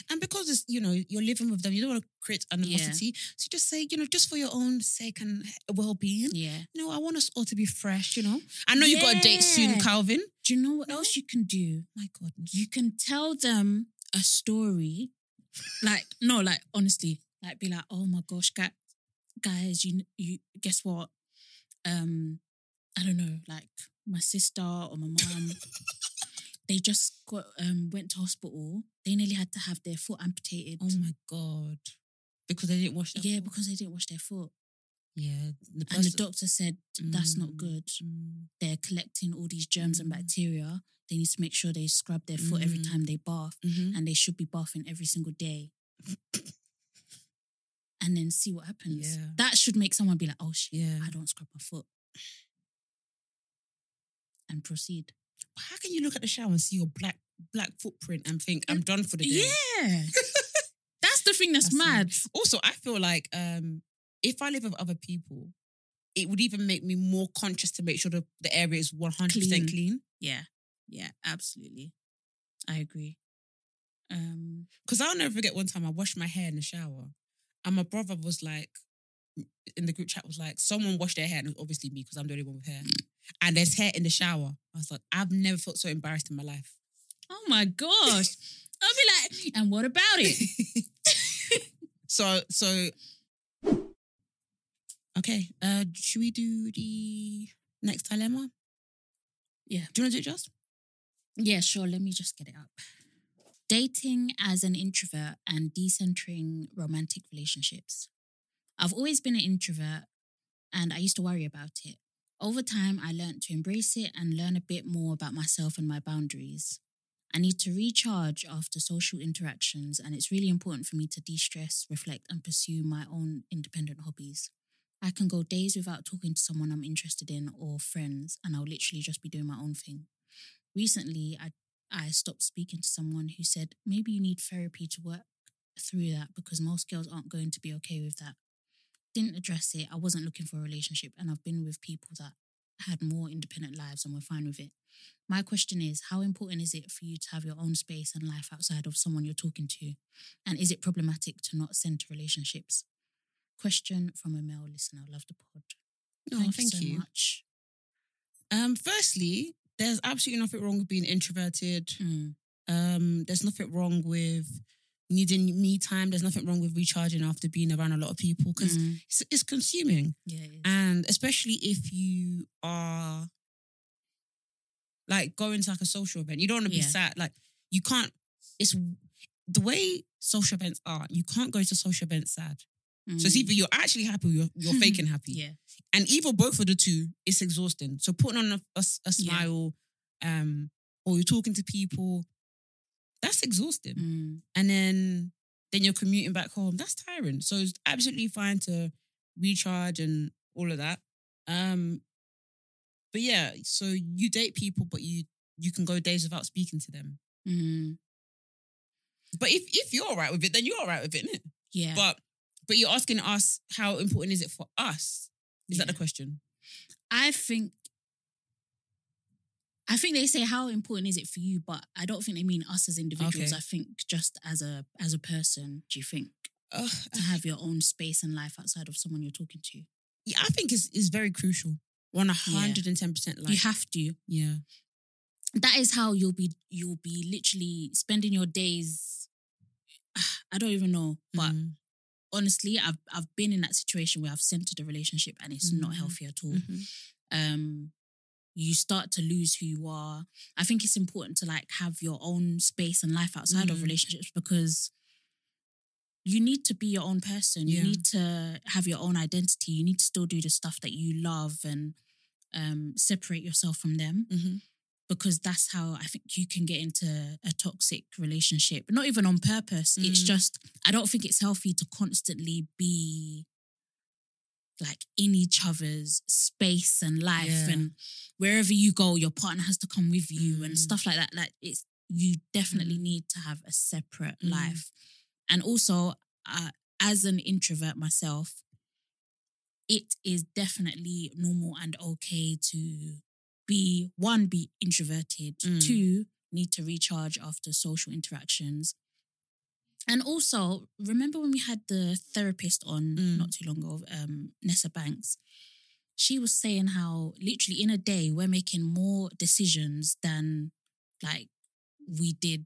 And because it's, you know, you're living with them, you don't want to create animosity. So just say, you know, just for your own sake and well being, Yeah. you know, I want us all to be fresh, you know. I know you've got a date soon, Yeah. Calvin. Do you know what No. else you can do? Mm-hmm. My goodness. You can tell them a story. like, no, like honestly, like be like, oh my gosh, guy- guys, you you guess what? Um, I don't know, like my sister or my <laughs> mom, they just got um went to hospital. They nearly had to have their foot amputated. oh my God. Because they didn't wash their yeah, foot. because they didn't wash their foot. Yeah. The And the person- doctor said that's not Mm. good. Mm. They're collecting all these germs and Mm. bacteria. They need to make sure they scrub their foot every Mm. time they bath. Mhm. and they should be buffing every single day. and then see what happens. Yeah. That should make someone be like, oh shit, Yeah. I don't scrub my foot. And proceed. But How can you look at the shower and see your black black footprint and think, I'm done for the day? Yeah. <laughs> That's the thing that's, That's mad. Also, I feel like um, if I live with other people, it would even make me more conscious to make sure the, the area is 100% clean. Clean. Yeah. Yeah, absolutely. I agree. Um Because I'll never forget one time I washed my hair in the shower and my brother was like, in the group chat was like, someone washed their hair and it was obviously me because I'm the only one with hair. And there's hair in the shower. I was like, I've never felt so embarrassed in my life. Oh my gosh. I'll <laughs> be like, and what about it? So, so, okay. Uh, should we do the next dilemma? Yeah. Do you want to do it, Just? Yeah, sure. Let me just get it up. Dating as an introvert and decentering romantic relationships. I've always been an introvert and I used to worry about it. Over time, I learned to embrace it and learn a bit more about myself and my boundaries. I need to recharge after social interactions, and it's really important for me to de stress, reflect, and pursue my own independent hobbies. I can go days without talking to someone I'm interested in or friends, and I'll literally just be doing my own thing recently I I stopped speaking to someone who said maybe you need therapy to work through that because most girls aren't going to be okay with that. Didn't address it. I wasn't looking for a relationship and I've been with people that had more independent lives and were fine with it. My question is how important is it for you to have your own space and life outside of someone you're talking to? And is it problematic to not center relationships? Question from a male listener. Love the pod. Oh, thank so you. much. Um, firstly, there's absolutely nothing wrong with being introverted. Mm, Um, there's nothing wrong with needing me time. There's nothing wrong with recharging after being around a lot of people because mm. it's, it's consuming, yeah, it is. and especially if you are like going to like a social event, you don't want to be Yeah. sad. Like you can't. It's the way social events are. You can't go to social events sad. So it's Mm. either you're actually happy, or you're, <laughs> you're faking happy. yeah. and either both of the two it's exhausting so putting on a, a s- a Yeah. smile um or you're talking to people that's exhausting Mm. and then then you're commuting back home that's tiring so it's absolutely fine to recharge and all of that um but yeah so you date people but you you can go days without speaking to them Mm, but if if you're all right with it then you're all right with it, innit? yeah. but but you're asking us how important is it for us is that Yeah. the question I think I think they say how important is it for you, but I don't think they mean us as individuals. Okay. I think just as a as a person, do you think Ugh, I to have your own space and life outside of someone you're talking to? yeah, I think is is very crucial. One hundred and ten percent. Like you have to. yeah, That is how you'll be you'll be literally spending your days <sighs> I don't even know, but Mhm. honestly, I've I've been in that situation where I've centered a relationship and it's not Mhm. healthy at all. Mhm. um you start to lose who you are i think it's important to like have your own space and life outside of Mhm. relationships because you need to be your own person Yeah. you need to have your own identity you need to still do the stuff that you love and um separate yourself from them Mhm. because that's how i think you can get into a toxic relationship not even on purpose it's Mm. just i don't think it's healthy to constantly be like in each other's space and life Yeah. and wherever you go your partner has to come with you and Mm. stuff like that like it's you definitely Mm. need to have a separate Mm. life and also uh, as an introvert myself it is definitely normal and okay to be one be introverted Mm. two need to recharge after social interactions And also, remember when we had the therapist on Mm. not too long ago, um, Nessa Banks? She was saying how literally in a day we're making more decisions than like we did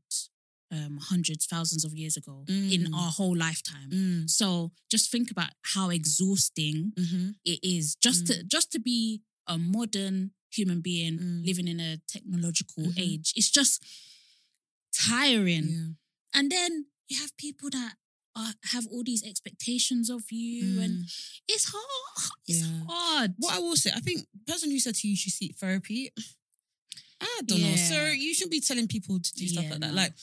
um, hundreds, thousands of years ago in Mm. our whole lifetime. Mm. So just think about how exhausting Mm-hmm. it is just to just to be a modern human being Mm. living in a technological Mhm. age. It's just tiring. Yeah. And then you have people that are, have all these expectations of you, Mm. and it's hard. It's Yeah. hard. What I will say, I think the person who said to you, you should seek therapy. I don't know. Yeah. So you shouldn't be telling people to do stuff Yeah, like that. no. Like,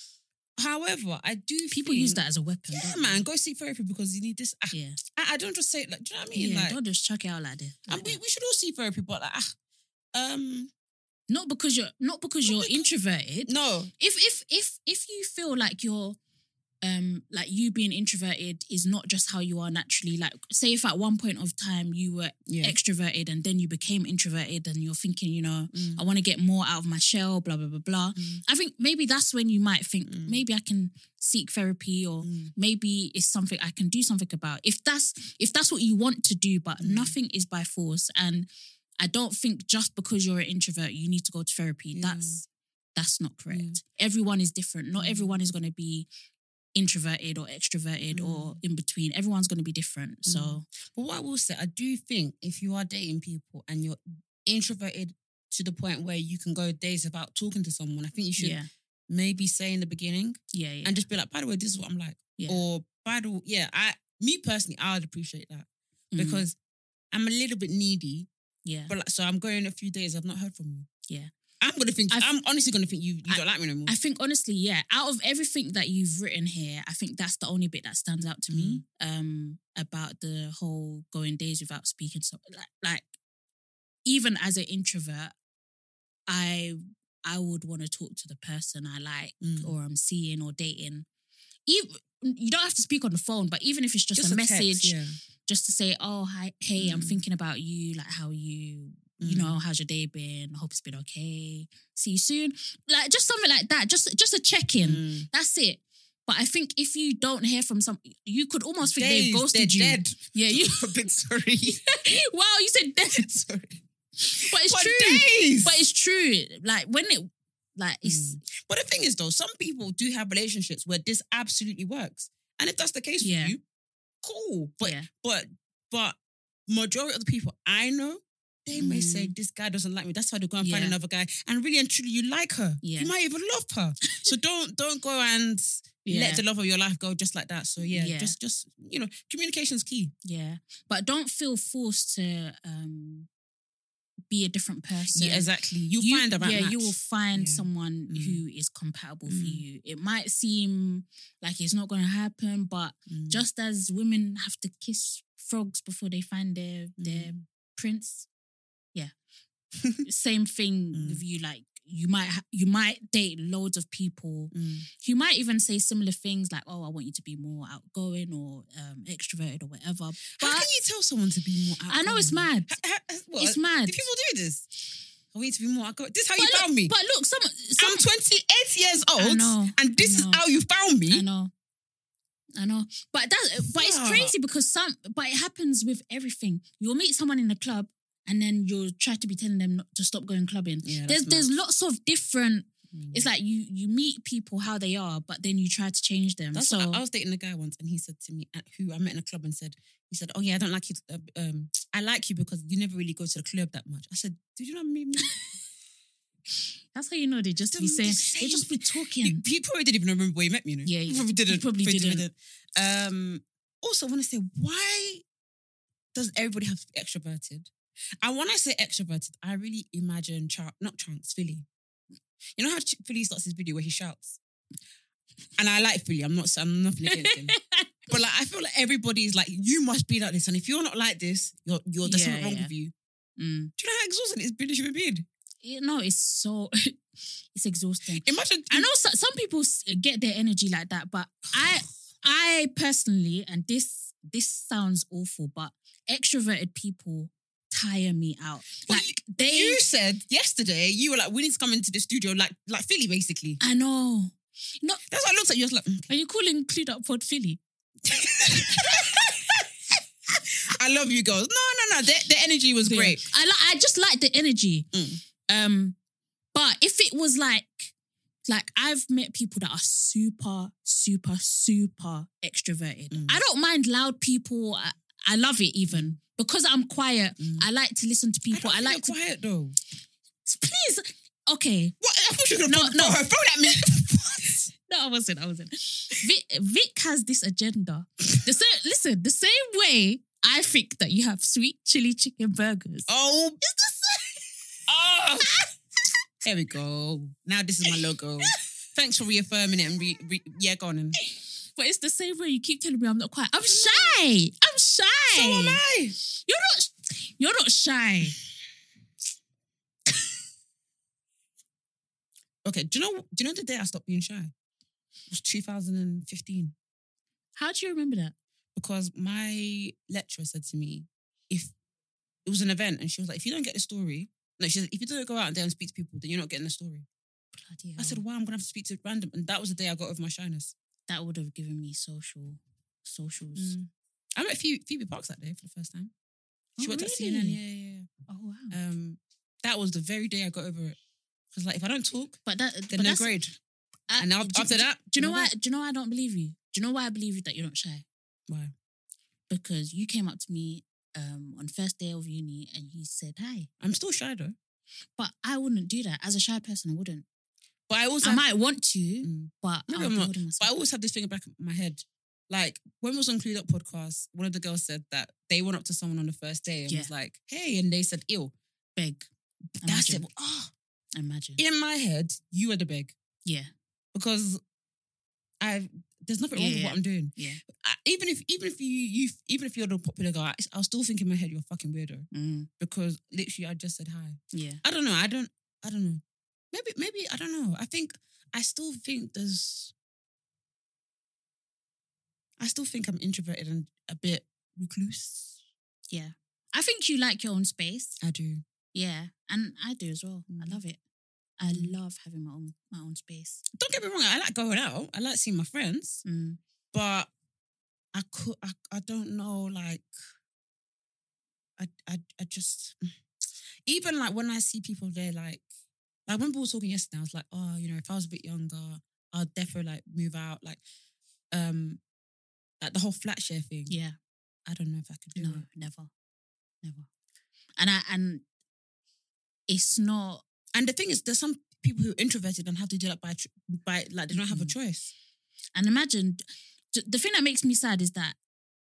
however, I do. people think- use that as a weapon. Yeah, don't man, they? go seek therapy because you need this. I, Yeah, I, I don't just say it like. Do you know what I mean? yeah. like, don't just chuck it out like that. and like we, that. we should all see therapy, but like, ah, um, not because you're not because Not you're because- introverted. no, if if if if you feel like you're um like you being introverted is not just how you are naturally like say if at one point of time you were Yeah. extroverted and then you became introverted and you're thinking you know Mm. i want to get more out of my shell blah blah blah blah Mm. i think maybe that's when you might think Mm. maybe i can seek therapy or Mm. maybe it's something i can do something about if that's if that's what you want to do but Mm. nothing is by force and i don't think just because you're an introvert you need to go to therapy Yeah. that's that's not correct. Everyone is different. Not Mm. everyone is going to be introverted or extroverted Mm. or in between. Everyone's going to be different. So, But what I will say, I do think if you are dating people and you're introverted to the point where you can go days without talking to someone, I think you should yeah. maybe say in the beginning yeah, yeah, and just be like, by the way, this is what I'm like. Yeah. Or by the way, yeah, I me personally, I would appreciate that Mhm. because I'm a little bit needy. yeah, But like, so I'm going a few days, I've not heard from you. Yeah. I'm gonna think I f- I'm honestly gonna think you you I- don't like me no more. I think honestly, yeah. Out of everything that you've written here, I think that's the only bit that stands out to me Mm. um, about the whole going days without speaking. So, like, like even as an introvert, I I would want to talk to the person I like Mm. or I'm seeing or dating. Even, you don't have to speak on the phone, but even if it's just, a, text, message, yeah. just to say, "Oh, hi, hey, I'm Mm. thinking about you. Like, how you, Mm. you know, how's your day been? Hope it's been okay. See you soon. Like, just something like that. Just, just a check in. Mm. That's it." But I think if you don't hear from some, you could almost think Days, they've ghosted you. they're dead. <laughs> Yeah, you. a bit sorry. <laughs> wow, you said <laughs> dead, sorry. but it's But true. days. But it's true. Like when it, like it's But the thing is, though, some people do have relationships where this absolutely works, and if that's the case Yeah. with you, cool. But Yeah. but but majority of the people I know, they may Mm. say this guy doesn't like me. That's why they go and find Yeah. another guy. And really and truly, you like her. Yeah. You might even love her. so don't don't go and Yeah. let the love of your life go just like that. So yeah, Yeah. just just you know, communication's key. yeah. But don't feel forced to um be a different person. exactly. You'll You- find the right yeah, match. you will find Yeah. someone Mm. who is compatible for Mm. you. It might seem like it's not going to happen, but Mm. just as women have to kiss frogs before they find their their Mm. prince, yeah, <laughs> same thing Mm. with you. Like you might ha- you might date loads of people Mm. you might even say similar things like, "Oh, I want you to be more outgoing or um, extroverted or whatever." But How can you tell someone to be more? I know it's outgoing? mad. Ha- ha- ha- what? It's mad. Do people do this? I want you to be more outgoing. This is how but you look, found me. But look, some, some I'm 28 years old, know, and this I is know. how you found I me. know. I know. But that uh, but it's Fuck. crazy because some but it happens with everything. You'll meet someone in a club and then you'll try to be telling them not to stop going clubbing. Yeah, there's that's there's lots of different Mm. it's like you you meet people how they are, but then you try to change them. That's so what I, I was dating a guy once, and he said to me, at- who I met in a club, and said, he said, "Oh yeah, I don't like you. uh, um, I like you because you never really go to the club that much." I said, "Did you not meet me? that's how you know they just be Them saying they same- just be He, talking. he probably didn't even remember where he met me. You know? <laughs> Yeah, he he- probably didn't. he probably didn't. didn't. Um, also, I want to say, why does everybody have to be extroverted? And when I say extroverted, I really imagine Char- not Chance Philly. You know how Ch- Philly starts his video where he shouts, and I like Philly. I'm not. I'm nothing against <laughs> him. But like, I feel like everybody's like, you must be like this, and if you're not like this, you're you're there's Yeah, something wrong yeah. with you. Mm. Do you know how exhausting it's been as human being? you know, it's so <laughs> it's exhausting. Imagine I know so, some people s- get their energy like that, but I I personally, and this this sounds awful, but extroverted people tire me out. But Like they, you said yesterday you were like, we need to come into the studio like like Philly, basically. I know. No, That's why I looked at you. I was like, mm, are you calling Clued Up Pod Philly? <laughs> I love you girls. No, no, no. Their, their energy was great. I like. I just like the energy. Mm. Um, but if it was like, like I've met people that are super, super, super extroverted. Mm. I don't mind loud people. I, I love it even because I'm quiet. Mm. I like to listen to people. I, don't think like to you're quiet though. please. Okay, What? I thought you were No, gonna no. no, no. her phone at <laughs> me. no, I wasn't. I wasn't. Vic, Vic has this agenda. The same. Listen, the same way I think that you have sweet chili chicken burgers. oh, oh. <laughs> There we go. Now this is my logo. Thanks for reaffirming it and re, re, yeah, go on. And, But it's the same way you keep telling me I'm not quiet. I'm shy. I'm shy. so am I. You're not. You're not shy. Okay, do you know? Do you know the day I stopped being shy? It was 2015. How do you remember that? because my lecturer said to me, if it was an event, and she was like, if you don't get the story, no, she said, if you don't go out and there and speak to people, then you're not getting the story. Bloody hell. I said, why? I'm gonna have to speak to random, and that was the day I got over my shyness. that would have given me social socials. Mm. I met Phoebe, Phoebe Parks that day for the first time. She Oh, worked really? at CNN. Yeah, yeah, Oh wow. yeah. Um, that was the very day I got over it. Because like, if I don't talk, but that then but no that's- grade. I- and now do- after do- that, do you know no why? grade. Do you know why I don't believe you? Do you know why I believe you that you're not shy? Why? Because you came up to me um, on first day of uni and you said hi, I'm still shy though. but I wouldn't do that as a shy person. I wouldn't. But I also I have- might want to, Mm. but Maybe I'll I'm be not, But holding I myself. always have this thing in the back of my head. Like when we was on Clued Up podcast, one of the girls said that they went up to someone on the first day and Yeah. was like, "Hey," and they said, "Ill." beg. That's it. Imagine. Oh, Imagine. <gasps> in my head, you are the beg Yeah. because I there's nothing wrong with Yeah. what I'm doing. Yeah. I, even if even if you you even if you're the popular guy, I'll still think in my head you're a fucking weirdo Mm. because literally I just said hi. Yeah. I don't know. I don't. I don't know. Maybe. Maybe. I don't know. I think. I still think there's. I still think I'm introverted and a bit recluse. Yeah. I think you like your own space. I do. Yeah, and I do as well. I Uh. Mm. love it. I Mm. love having my own my own space. Don't get me wrong. I like going out. I like seeing my friends, Mm. but I could. I. I don't know. Like. I. I. I just. <sniffs> Even like when I see people, they're like. Like when we were talking yesterday, I was like, oh, you know, if I was a bit younger, I'd definitely like move out. Like, um, like the whole flat share thing. Yeah, I don't know if I could do no, it. never, never. And I and it's not. And the thing is, there's some people who are introverted and have to do that by tr- by like they don't have a Mhm. choice. And imagine j- the thing that makes me sad is that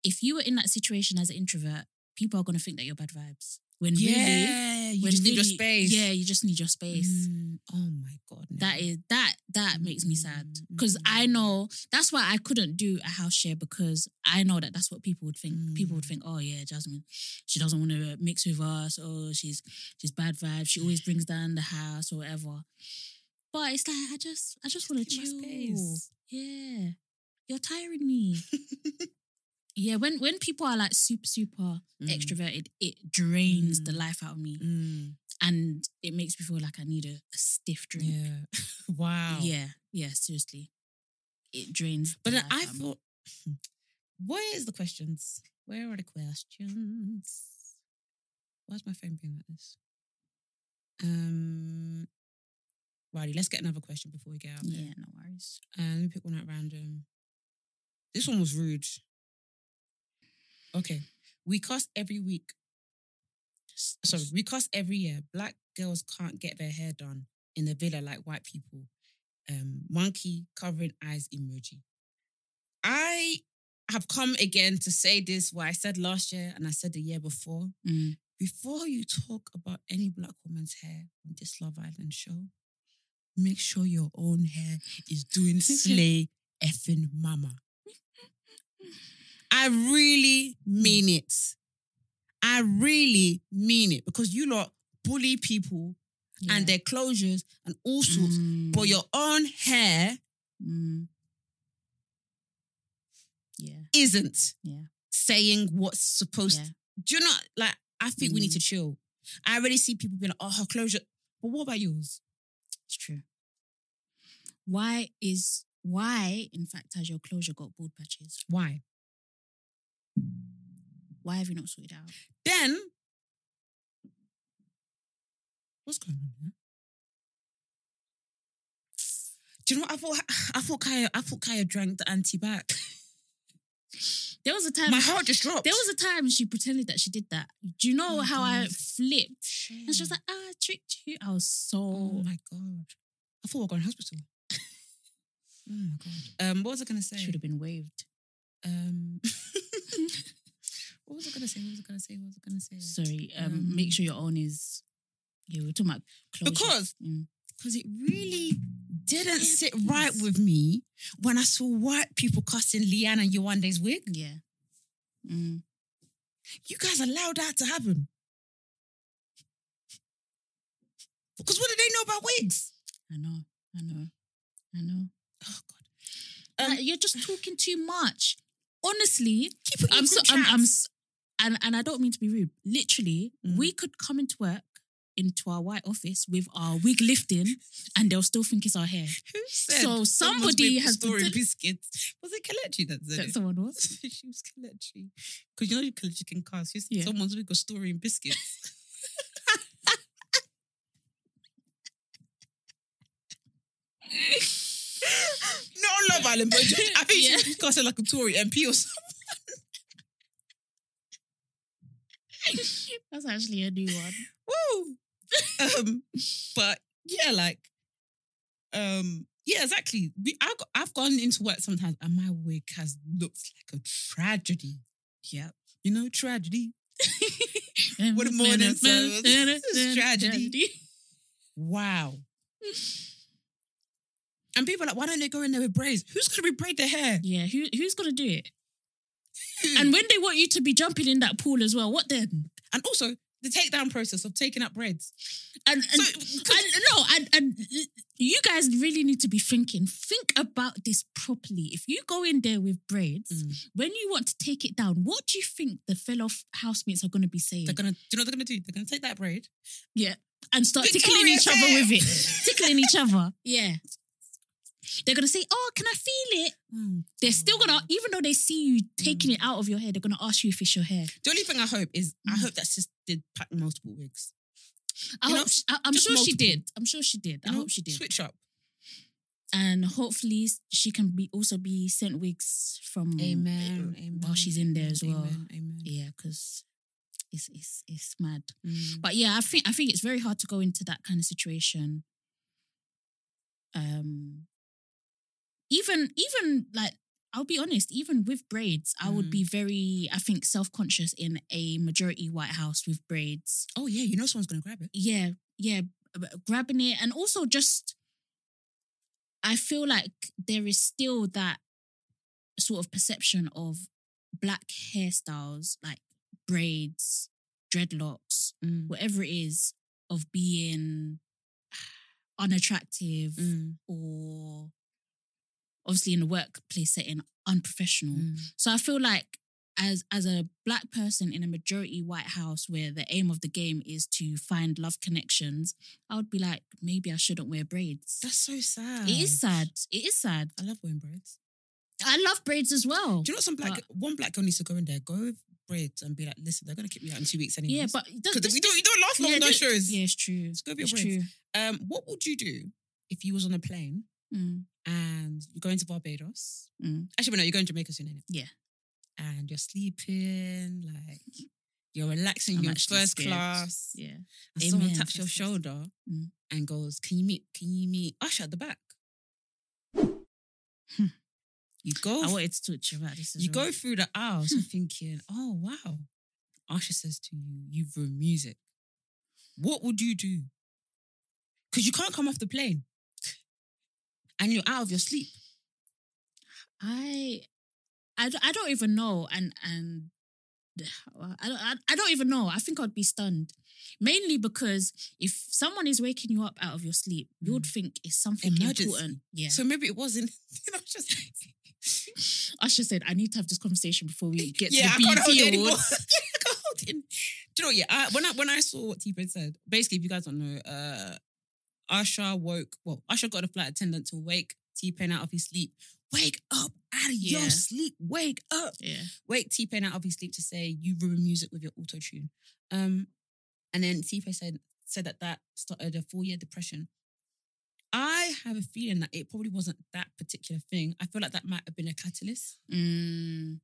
if you were in that situation as an introvert, people are gonna think that you're bad vibes. When really, you when just need your really- space. Yeah, you just need your space. Mm, oh my god, no. That is that that makes me sad Mm, because mm. I know that's why I couldn't do a house share because I know that that's what people would think. People would Mm. think, oh yeah, Jasmine, she doesn't want to mix with us. Oh, she's she's bad vibes. She always brings down the house or whatever. But it's like I just I just, want to need my chill. space. Yeah, you're tiring <laughs> me. yeah, when when people are like super super Mm. extroverted, it drains the Mm. life out of me, Mm, and it makes me feel like I need a, a stiff drink. yeah. <laughs> wow. Yeah, yeah, seriously. It drains. Oh. But the then life I out of me. thought, where is the questions? Where are the questions? Why's my phone being like this? Mm, Um. Righty, let's get another question before we get out. there. Yeah, no worries. Uh, let me pick one at random. This one was rude. Okay. We cuss every week. Sorry, we cuss every year. Black girls can't get their hair done in the villa like white people. Um, monkey covering eyes emoji. I have come again to say this, what I said last year and I said the year before. Mm. Before you talk about any black woman's hair on this Love Island show, make sure your own hair is doing slay effing mama. I really mean it. I really mean it because you lot bully people and Yeah. their closures and all sorts, but Mm, your own hair mm. Yeah, isn't Yeah. saying what's supposed yeah. do you not like? I think we need Mm. to chill. I already see people being like, "Oh, her closure," but what about yours? It's true. Why is why, in fact, has your closure got bald patches? Why? Why have you not sorted it out? Then, what's going on here? Do you know what I thought? I thought Kaya. I thought Kaya drank the anti <laughs> back. There was a time My heart just dropped. There was a time she pretended that she did that. Do you know Oh, how I God. flipped? Shame. And she was like, "Ah, I tricked you." I was so. Oh my god! I thought we were going to hospital. <laughs> oh my god! Um, what was I going to say? should have been waived. Um, <laughs> what was I going to say? What was I going to say? What was I going to say? Sorry. Um, make sure your own is. Yeah, we're talking about closure. Because- Mm. because it really didn't sit right with me when I saw white people cussing Leanne and Yowande's wig. yeah. Mm. You guys allowed that to happen. Because what do they know about wigs? I know. I know. I know. Oh God. Um, Like, <sighs> you're just talking too much. Honestly, Keep it in I'm your so group I'm, I'm chats. s- and and I don't mean to be rude. Literally, Mm. we could come into work into our white office with our wig lifting, and they'll still think it's our hair. Who said so someone's somebody with has been story tell- biscuits. Was it Kelechi <laughs> that said That it? someone was. <laughs> she was Kelechi. Because you know Kelechi can cast. You Yeah. someone's wig or story and biscuits. <laughs> Not on Love Island, but just- I think Yeah. she's casted like a Tory MP or something. <laughs> <laughs> That's actually a new <laughs> one. Woo! um, but yeah, like, um, yeah, exactly. We, I, go- I've gone into work sometimes, and my wig has looked like a tragedy. Yep. You know, <laughs> tragedy. What a morning service. It's tragedy. Wow. and people are like, why don't they go in there with braids? Who's gonna rebraid their hair? Yeah, who who's gonna do it? Hmm. And when they want you to be jumping in that pool as well, what then? And also the takedown process of taking out braids. And and, So- and no, and and you guys really need to be thinking. Think about this properly. If you go in there with braids, Hmm. when you want to take it down, what do you think the fellow f- housemates are gonna be saying? They're gonna, do you know what they're gonna do? They're gonna take that braid. Yeah. And start tickling Victoria each other Fair. with it. <laughs> tickling each <laughs> other. Yeah. They're gonna say, Oh, can I feel it? They're still gonna, even though they see you Hmm. taking it out of your hair, they're gonna ask you if it's your hair. The only thing I hope is I Mm. hope that sis did pack multiple wigs. I You know, hope she, I, am just sure she multiple. did. I'm sure she did. You I know, hope she did. Switch up. And hopefully she can be also be sent wigs from Mm. Amen. uh, Amen. while she's in there as well. Amen. amen. Yeah, because it's it's it's mad. Mm. But yeah, I think I think it's very hard to go into that kind of situation. Um, even even like I'll be honest, even with braids, I would Mm. be very I think self conscious in a majority white house with braids. Oh yeah, you know someone's gonna grab it. Yeah, yeah, b- grabbing it and also just I feel like there is still that sort of perception of black hairstyles like braids, dreadlocks, whatever it is of being <sighs> unattractive Mm. or obviously in the workplace setting unprofessional Mm. so i feel like as as a black person in a majority white house where the aim of the game is to find love connections i would be like maybe i shouldn't wear braids That's so sad. it is sad it is sad I love wearing braids. i love braids as well Do you know some black one black girl needs to go in there, go with braids and be like, listen, they're gonna kick me out in two weeks anyway. yeah but because we don't you don't last long on our this- shows. yeah it's true It's gonna be it's true braids. Um, what would you do if you was on a plane Mm, and you're going to Barbados? mm. Actually, no, you're going to Jamaica soon, innit? Yeah. And you're sleeping, like you're relaxing, I'm you're in actually first scared. class. yeah And someone Amen. taps your shoulder Mm. and goes, Can you meet can you meet Usher at the back? Hmm. you go I wanted to talk to you about this. As you well. go through the aisles and <laughs> thinking, oh wow. Usher says to you, you've ruined music. What would you do? Because you can't come off the plane. And you're out of your sleep. I, I, d- I don't even know, and and I don't, I- I don't even know. I think I'd be stunned, mainly because if someone is waking you up out of your sleep, you would think it's something Mm. Emergency. important. Yeah. So maybe it wasn't. <laughs> You know, <laughs> just <sighs> Usher said, "I need to have this conversation before we get yeah, I to the can't hold BET it <laughs> anymore. <laughs> Awards." I can't <laughs> hold it. Do you know? Yeah, I, when I when I saw what T-Bird said, basically, if you guys don't know, uh, Asha woke. Well, Asha got a flight attendant to wake T Pain out of his sleep. Wake up out of Yeah. your sleep. Wake up. Yeah. Wake T Pain out of his sleep to say you ruin music with your auto tune. Um, and then T Pain said said that that started a four year depression. I have a feeling that it probably wasn't that particular thing. I feel like that might have been a catalyst Mm,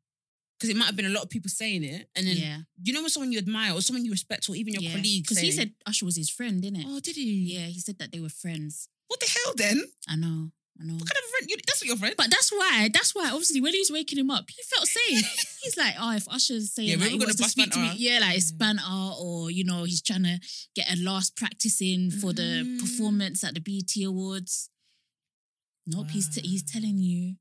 because it might have been a lot of people saying it, and then yeah. you know when someone you admire or someone you respect or even your colleague Because he saying- said Usher was his friend, didn't it? "Oh, did he? Yeah, he said that they were friends. What the hell then? What I know. I know. kind of friend? You, that's what your friend? But that's why, that's why, obviously, when he's waking him up, he <laughs> felt safe. he's like, oh, if Usher's saying Yeah, yeah, we're like, he gonna wants to bust speak to me, banter. yeah, like it's Yeah. banter, or you know, he's trying to get a last practice in for the Mhm. performance at the BET Awards. Nope, he's t- he's Wow. telling you,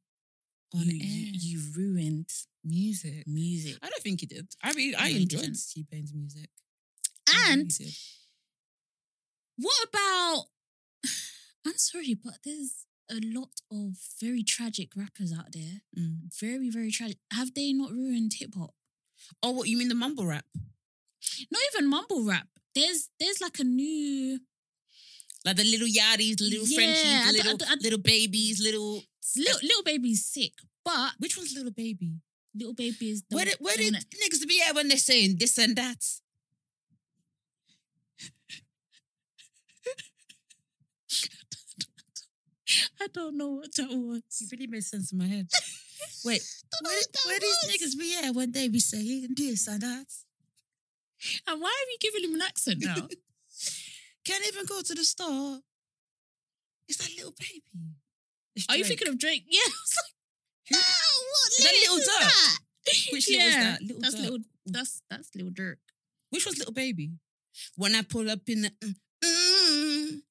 On you, air. you, you ruined music. music. I don't think he did. I really, I No, he enjoyed didn't. T Pain's music. I really And did. what about? <sighs> I'm sorry, but there's a lot of very tragic rappers out there. Mm. Very, very tragic. Have they not ruined hip hop? oh, what you mean the mumble rap? not even mumble rap. There's there's like a new Like the little yachties, the little Yeah, I Frenchies, the d- I little d- I d- little babies, little little little baby's sick, but which one's little baby? little baby is the Where did, where the did one that- niggas be at when they're saying this and that? I don't know what that was. really made sense in my <laughs> head. Wait, Don't know where, what that where was. these niggas be at when they be saying this and that? And why are we giving him an accent <laughs> now? Can't even go to the store. It's that little baby. It's are you Drake. thinking of Drake? <laughs> Yeah. I was Who- like, "Ah, what Is that lyrics Lil is Durk? that?" Which yeah, little is that? Little that's Durk. little. That's that's little Dirk. Which one's little baby? When I pull up in the mm, mm,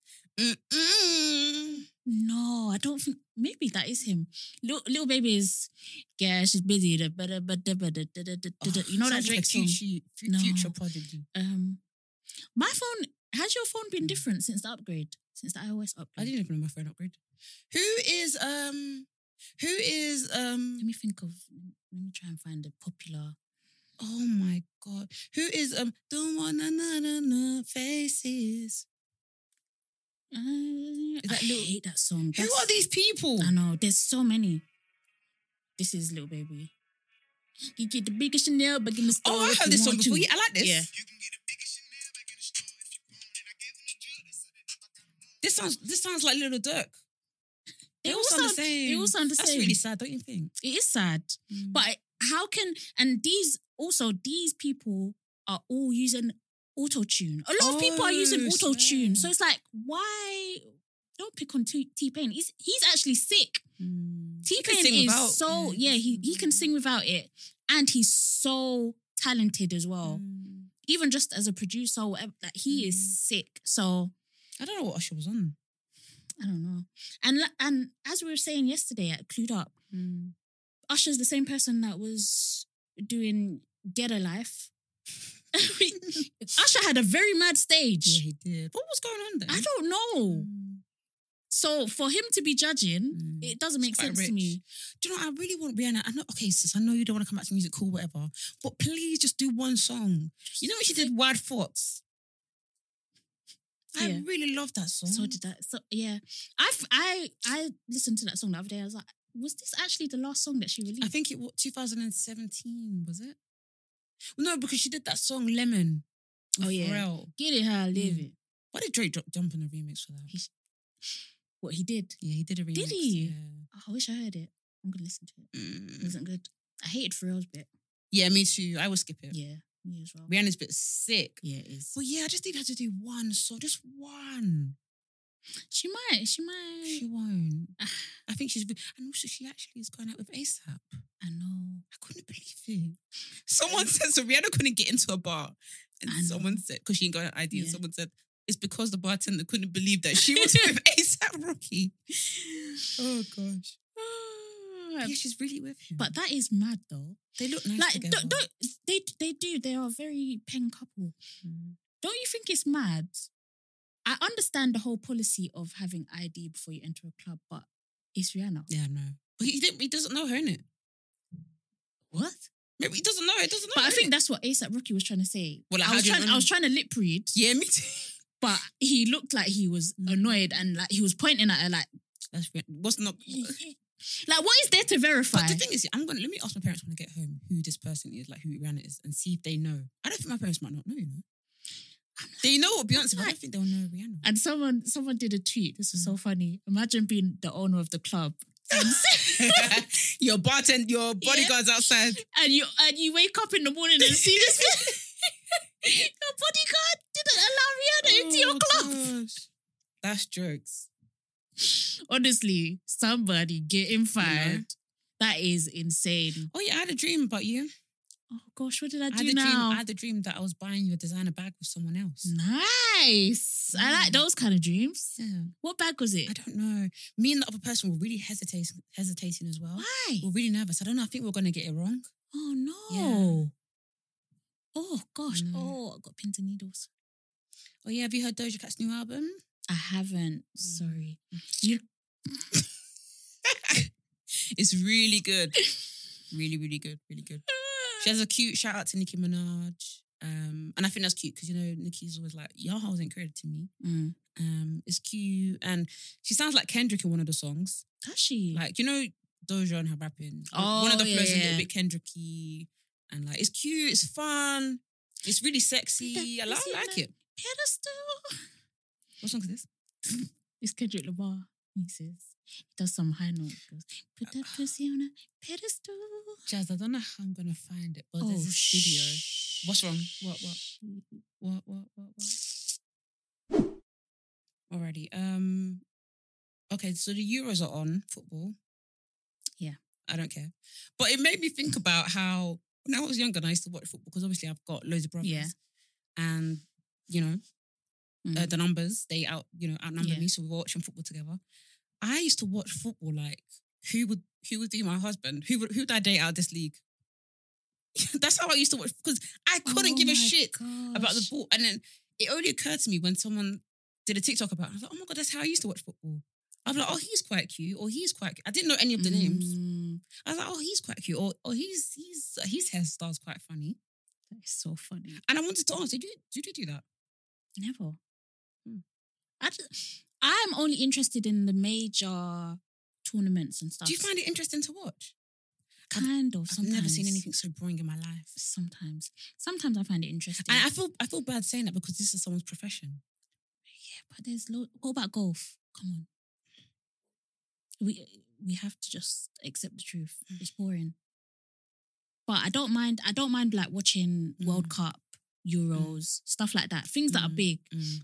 mm, mm. No, I don't think. Maybe that is him. Little, little baby is. Yeah, she's busy. da- ba- da- ba- da- ba- da- da- da- da- da- da. You know that Sounds Oh, like a Drake song. future, fu- No. future prodigy. Um, my phone has your phone been different since the upgrade, since the iOS upgrade? I didn't even know my phone upgrade. Who is um? Who is um? Let me think of. Let me try and find a popular. Oh my god! Who is um? Don't wanna na na na faces. Uh, that I Lil- hate that Who song. That's- are these people? I know. There's so many. This is little baby. You get the biggest Chanel, but in the store. Oh, I if heard you this song want before. to. Yeah, I like this. Yeah. This sounds this sounds like Little Dirk. They all sound- they all sound the That's same. really sad, don't you think? It is sad, Mm. but how can and these also these people are all using auto tune. A lot of people are using Oh, auto tune, snap. so it's like why don't pick on T Pain? He's he's actually sick. T Pain Mm. sing is without- Mm. so yeah, he he can sing without it, and he's so talented as well. Mm. Even just as a producer, or whatever, like he is sick. So I don't know what Usher was on. I don't know. And li- and as we were saying yesterday at Clued Up, Mm. Usher's the same person that was doing Get a Life. <laughs> Usher had a very mad Yeah, stage. he did. What was going on then? I don't know. So for him to be judging, Mm. it doesn't make It's quite sense to rich. me. Do you know? what? I really want Rihanna. I know. Okay, sis. I know you don't want to come back to music, cool, whatever. But please, just do one song. You know when she did "Wild Thoughts." I Yeah. really love that song. So did that. So yeah, I f- I I listened to that song the other day. I was like, was this actually the last song that she released? I think it was 2017, was it? No, because she did that song Lemon. with Oh, yeah. Pharrell. Get it how I live Yeah. it. Why did Drake drop, jump on a remix for that? He- What he did. yeah, he did a remix. Did he? Yeah. Oh, I wish I heard it. I'm gonna listen to it. It Mm. wasn't good. I hated Pharrell's bit. Yeah, me too. I will skip it. Yeah, me as well. Rihanna's a bit sick. Yeah, it is. But yeah, I just need her to do one song, just one. She might. She might. She won't. Ah. I think she's. And also, she actually is going out with ASAP. I know. I couldn't believe it. Someone said so Rihanna couldn't get into a bar, and I know. someone said because she ain't got an ID, and Yeah. someone said it's because the bartender couldn't believe that she was <laughs> with ASAP Rocky. Oh <sighs> gosh, yeah, she's really with him. But that is mad though. they look nice Like, together. don't, don't they? They do. They are a very pen couple. Mm-hmm. Don't you think it's mad? I understand the whole policy of having ID before you enter a club, but it's Rihanna. Yeah, no. But he didn't. He doesn't know her, innit? What? Maybe he doesn't know. It doesn't know. But her, I think innit? that's what ASAP Rocky was trying to say. Well, like, I how was do you trying. know? I was trying to lip read, yeah, Mm-hmm. me too. <laughs> but he looked like he was annoyed and like he was pointing at her, like That's re- what's <laughs> not. Like, what is there to verify? But the thing is, I'm gonna let me ask my parents when I get home who this person is, like who Rihanna is, and see if they know. I don't think my parents might not know. You know, they know what Beyonce, but I don't think they'll know Rihanna. and someone someone did a tweet. This was so funny. Imagine being the owner of the club. <laughs> <laughs> And, your bartend, your bodyguards outside. <laughs> and you and you wake up in the morning and see this. <laughs> your bodyguard didn't allow Rihanna into your Oh, club. gosh. That's jokes. Honestly, somebody getting fired. Yeah. That is insane. Oh yeah, I had a dream about you. Oh gosh, what did I I, do had a dream. now? I had a dream that I was buying you a designer bag with someone else. Nice. I like Mm. those kind of dreams. Yeah. What bag was I it? don't know. Me and the other person were really hesitating, hesitating as well. Why? We're really nervous. I don't know. I think we're gonna get it wrong. Oh no. Oh gosh. No. Oh, I got pins and needles. Oh yeah, have you heard Doja Cat's new album? I haven't. Mm. Sorry. You It's really good. <laughs> really, really good. Really good. She has a cute shout out to Nicki Minaj. Um, and I think that's cute because you know Nicki's always like, "Y'all hoes ain't crediting me." Mm. Um, it's cute, and she sounds like Kendrick in one of the songs. Does she? Like you know Doja and her rapping. Like, Oh, One of the flows is a yeah. little bit Kendricky, and like it's cute, it's fun, it's really sexy. I, Is li- it I like like- it. pedestal. <laughs> What song is this? <laughs> It's Kendrick Lamar. He says he does some high note. He Goes, Put Uh, that pussy on a pedestal. Oh, Jazz. I don't know how I'm gonna find it, but there's this video. sh- What's wrong? What? What? What? What? What? What? Alrighty. Um. Okay, so the Euros are on football. Yeah. I don't care, but it made me think about how when I was younger, and I used to watch football because obviously I've got loads of brothers. Yeah. And you know, uh, Mm. the numbers they out you know outnumber Yeah. me, so we were watching football together. I used to watch football like who would who would be my husband? Who would who would I date out of this league? <laughs> That's how I used to watch because I couldn't Oh give a my shit about the gosh. ball. And then it only occurred to me when someone did a TikTok about it. I was like, oh my God, that's how I used to watch football. I was like, oh, he's quite cute, or he's quite cute. I didn't know any of the names. Mm, I was like, oh, he's quite cute, or, or he's he's his hairstyle's quite funny. that is so funny. And I wanted to ask, did you did you do that? Never. Hmm. I just, I'm only interested in the major tournaments and stuff. Do you find it interesting to watch? kind of? I've never seen sometimes. anything so boring in my life. Sometimes, sometimes I find it interesting. And I feel I feel bad saying that because this is someone's profession. yeah, but there's lo- what about golf? Come on, we we have to just accept the truth. It's boring, but I don't mind. I don't mind like watching World Cup, Euros, stuff like that. Things that are big.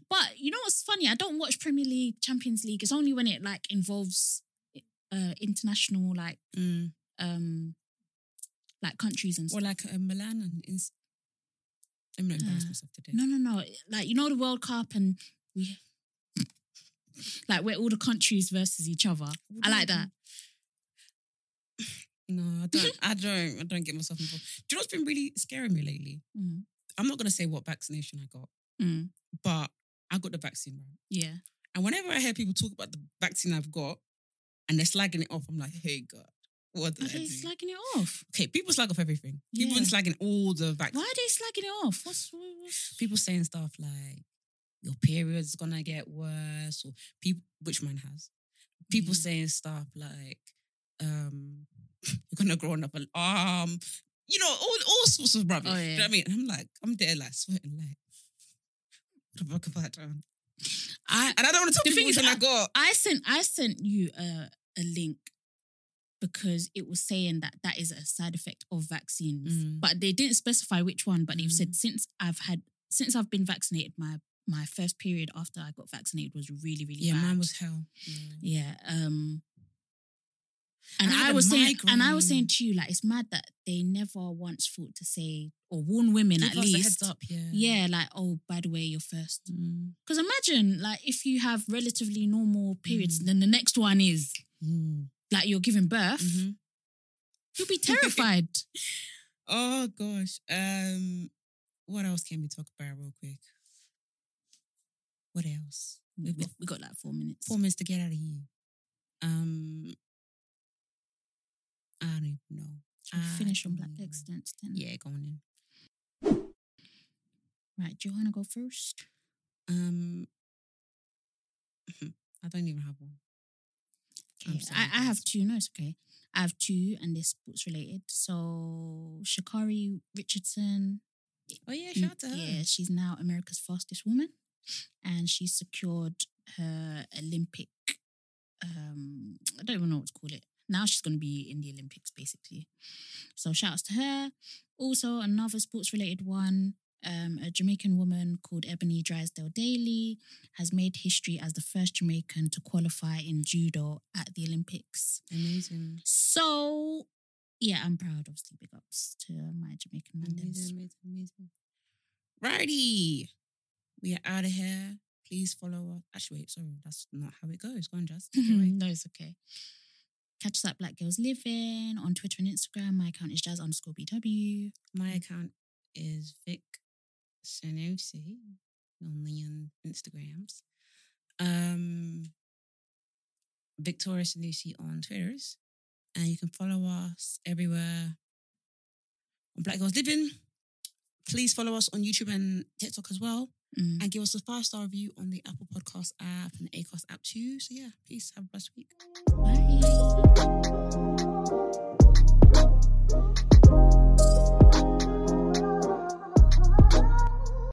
But you know what's funny? I don't watch Premier League, Champions League. It's only when it like involves uh international like Mm. um like countries and Or stuff. like uh, Milan and ins- I'm not embarrassed Ah. myself today. No, no, no. Like you know the World Cup and we like where all the countries versus each other. I like that. <laughs> No, I don't. I don't. I don't get myself involved. Do you know what's been really scaring me lately? Mm. I'm not gonna say what vaccination I got, Mm. but I got the vaccine right. Yeah. And whenever I hear people talk about the vaccine I've got, and they're slagging it off, I'm like, hey God, what Are did I they do? slagging it off? okay, people slag off everything. People been Yeah. slagging all the vaccines. Why are they slagging it off? What's, what's People saying stuff like, your period's gonna get worse, or people, which mine has. People Yeah. saying stuff like, um, <laughs> you're gonna grow another arm. You know, all, all sorts of rubbish. Oh, Do you know yeah. what I mean? I'm like, I'm there, like, sweating, like, <laughs> what the fuck have I done? I And I don't want to talk The to thing people which is, one I I- got. I sent I sent you a a link because it was saying that that is a side effect of vaccines, Mm. but they didn't specify which one. But they've said Mm. since I've had since I've been vaccinated, my my first period after I got vaccinated was really really Yeah, bad. mine was hell. yeah. Um, and I I, had a was saying, and I was migraine. saying to you, like it's mad that they never once thought to say or warn women Give at us a least. heads up, yeah. Yeah, like oh, by the way, your first Mm. because imagine, like, if you have relatively normal periods, then the next one is Mm. like you're giving birth, Mhm. <laughs> you'll be terrified. Oh gosh. Um, what else can we talk about real quick? What else? we, We've got we got like four minutes. four minutes to get out of here. Um, I don't even know. We'll I finish on don't black even know. excellence then. Ah. Yeah, going in. Right. Do you want to go first? <laughs> Um, I don't even have one. Okay, sorry, I, I have guys. two. No, it's okay. I have two, and they're sports related. So Shakari Richardson. Oh yeah, shout out to her. Mm, Yeah, she's now America's fastest woman, and she secured her Olympic. Um, I don't even know what to call it. Now she's going to be in the Olympics, basically. So shouts to her. Also, another sports related one. Um, a Jamaican woman called Ebony Drysdale Daly has made history as the first Jamaican to qualify in judo at the Olympics. Amazing. So yeah, I'm proud of sleeping ups to my Jamaican mandem. Amazing, amazing, amazing. Righty. We are out of here. Please follow us. Actually, wait, sorry, that's not how it goes. Go on, Jazz. Take <laughs> it away. no, it's okay. Catch us at Black Girls Living on Twitter and Instagram. My account is jazz underscore BW. My account is Vic Sanosi on the in- Instagrams. Um, Victoria Sanusi on Twitters. And you can follow us everywhere on Black Girls Living. Please follow us on YouTube and TikTok as well. Mm. And give us a five star review on the Apple Podcast app and the Acast app too. So, yeah, please have a blessed week. Bye.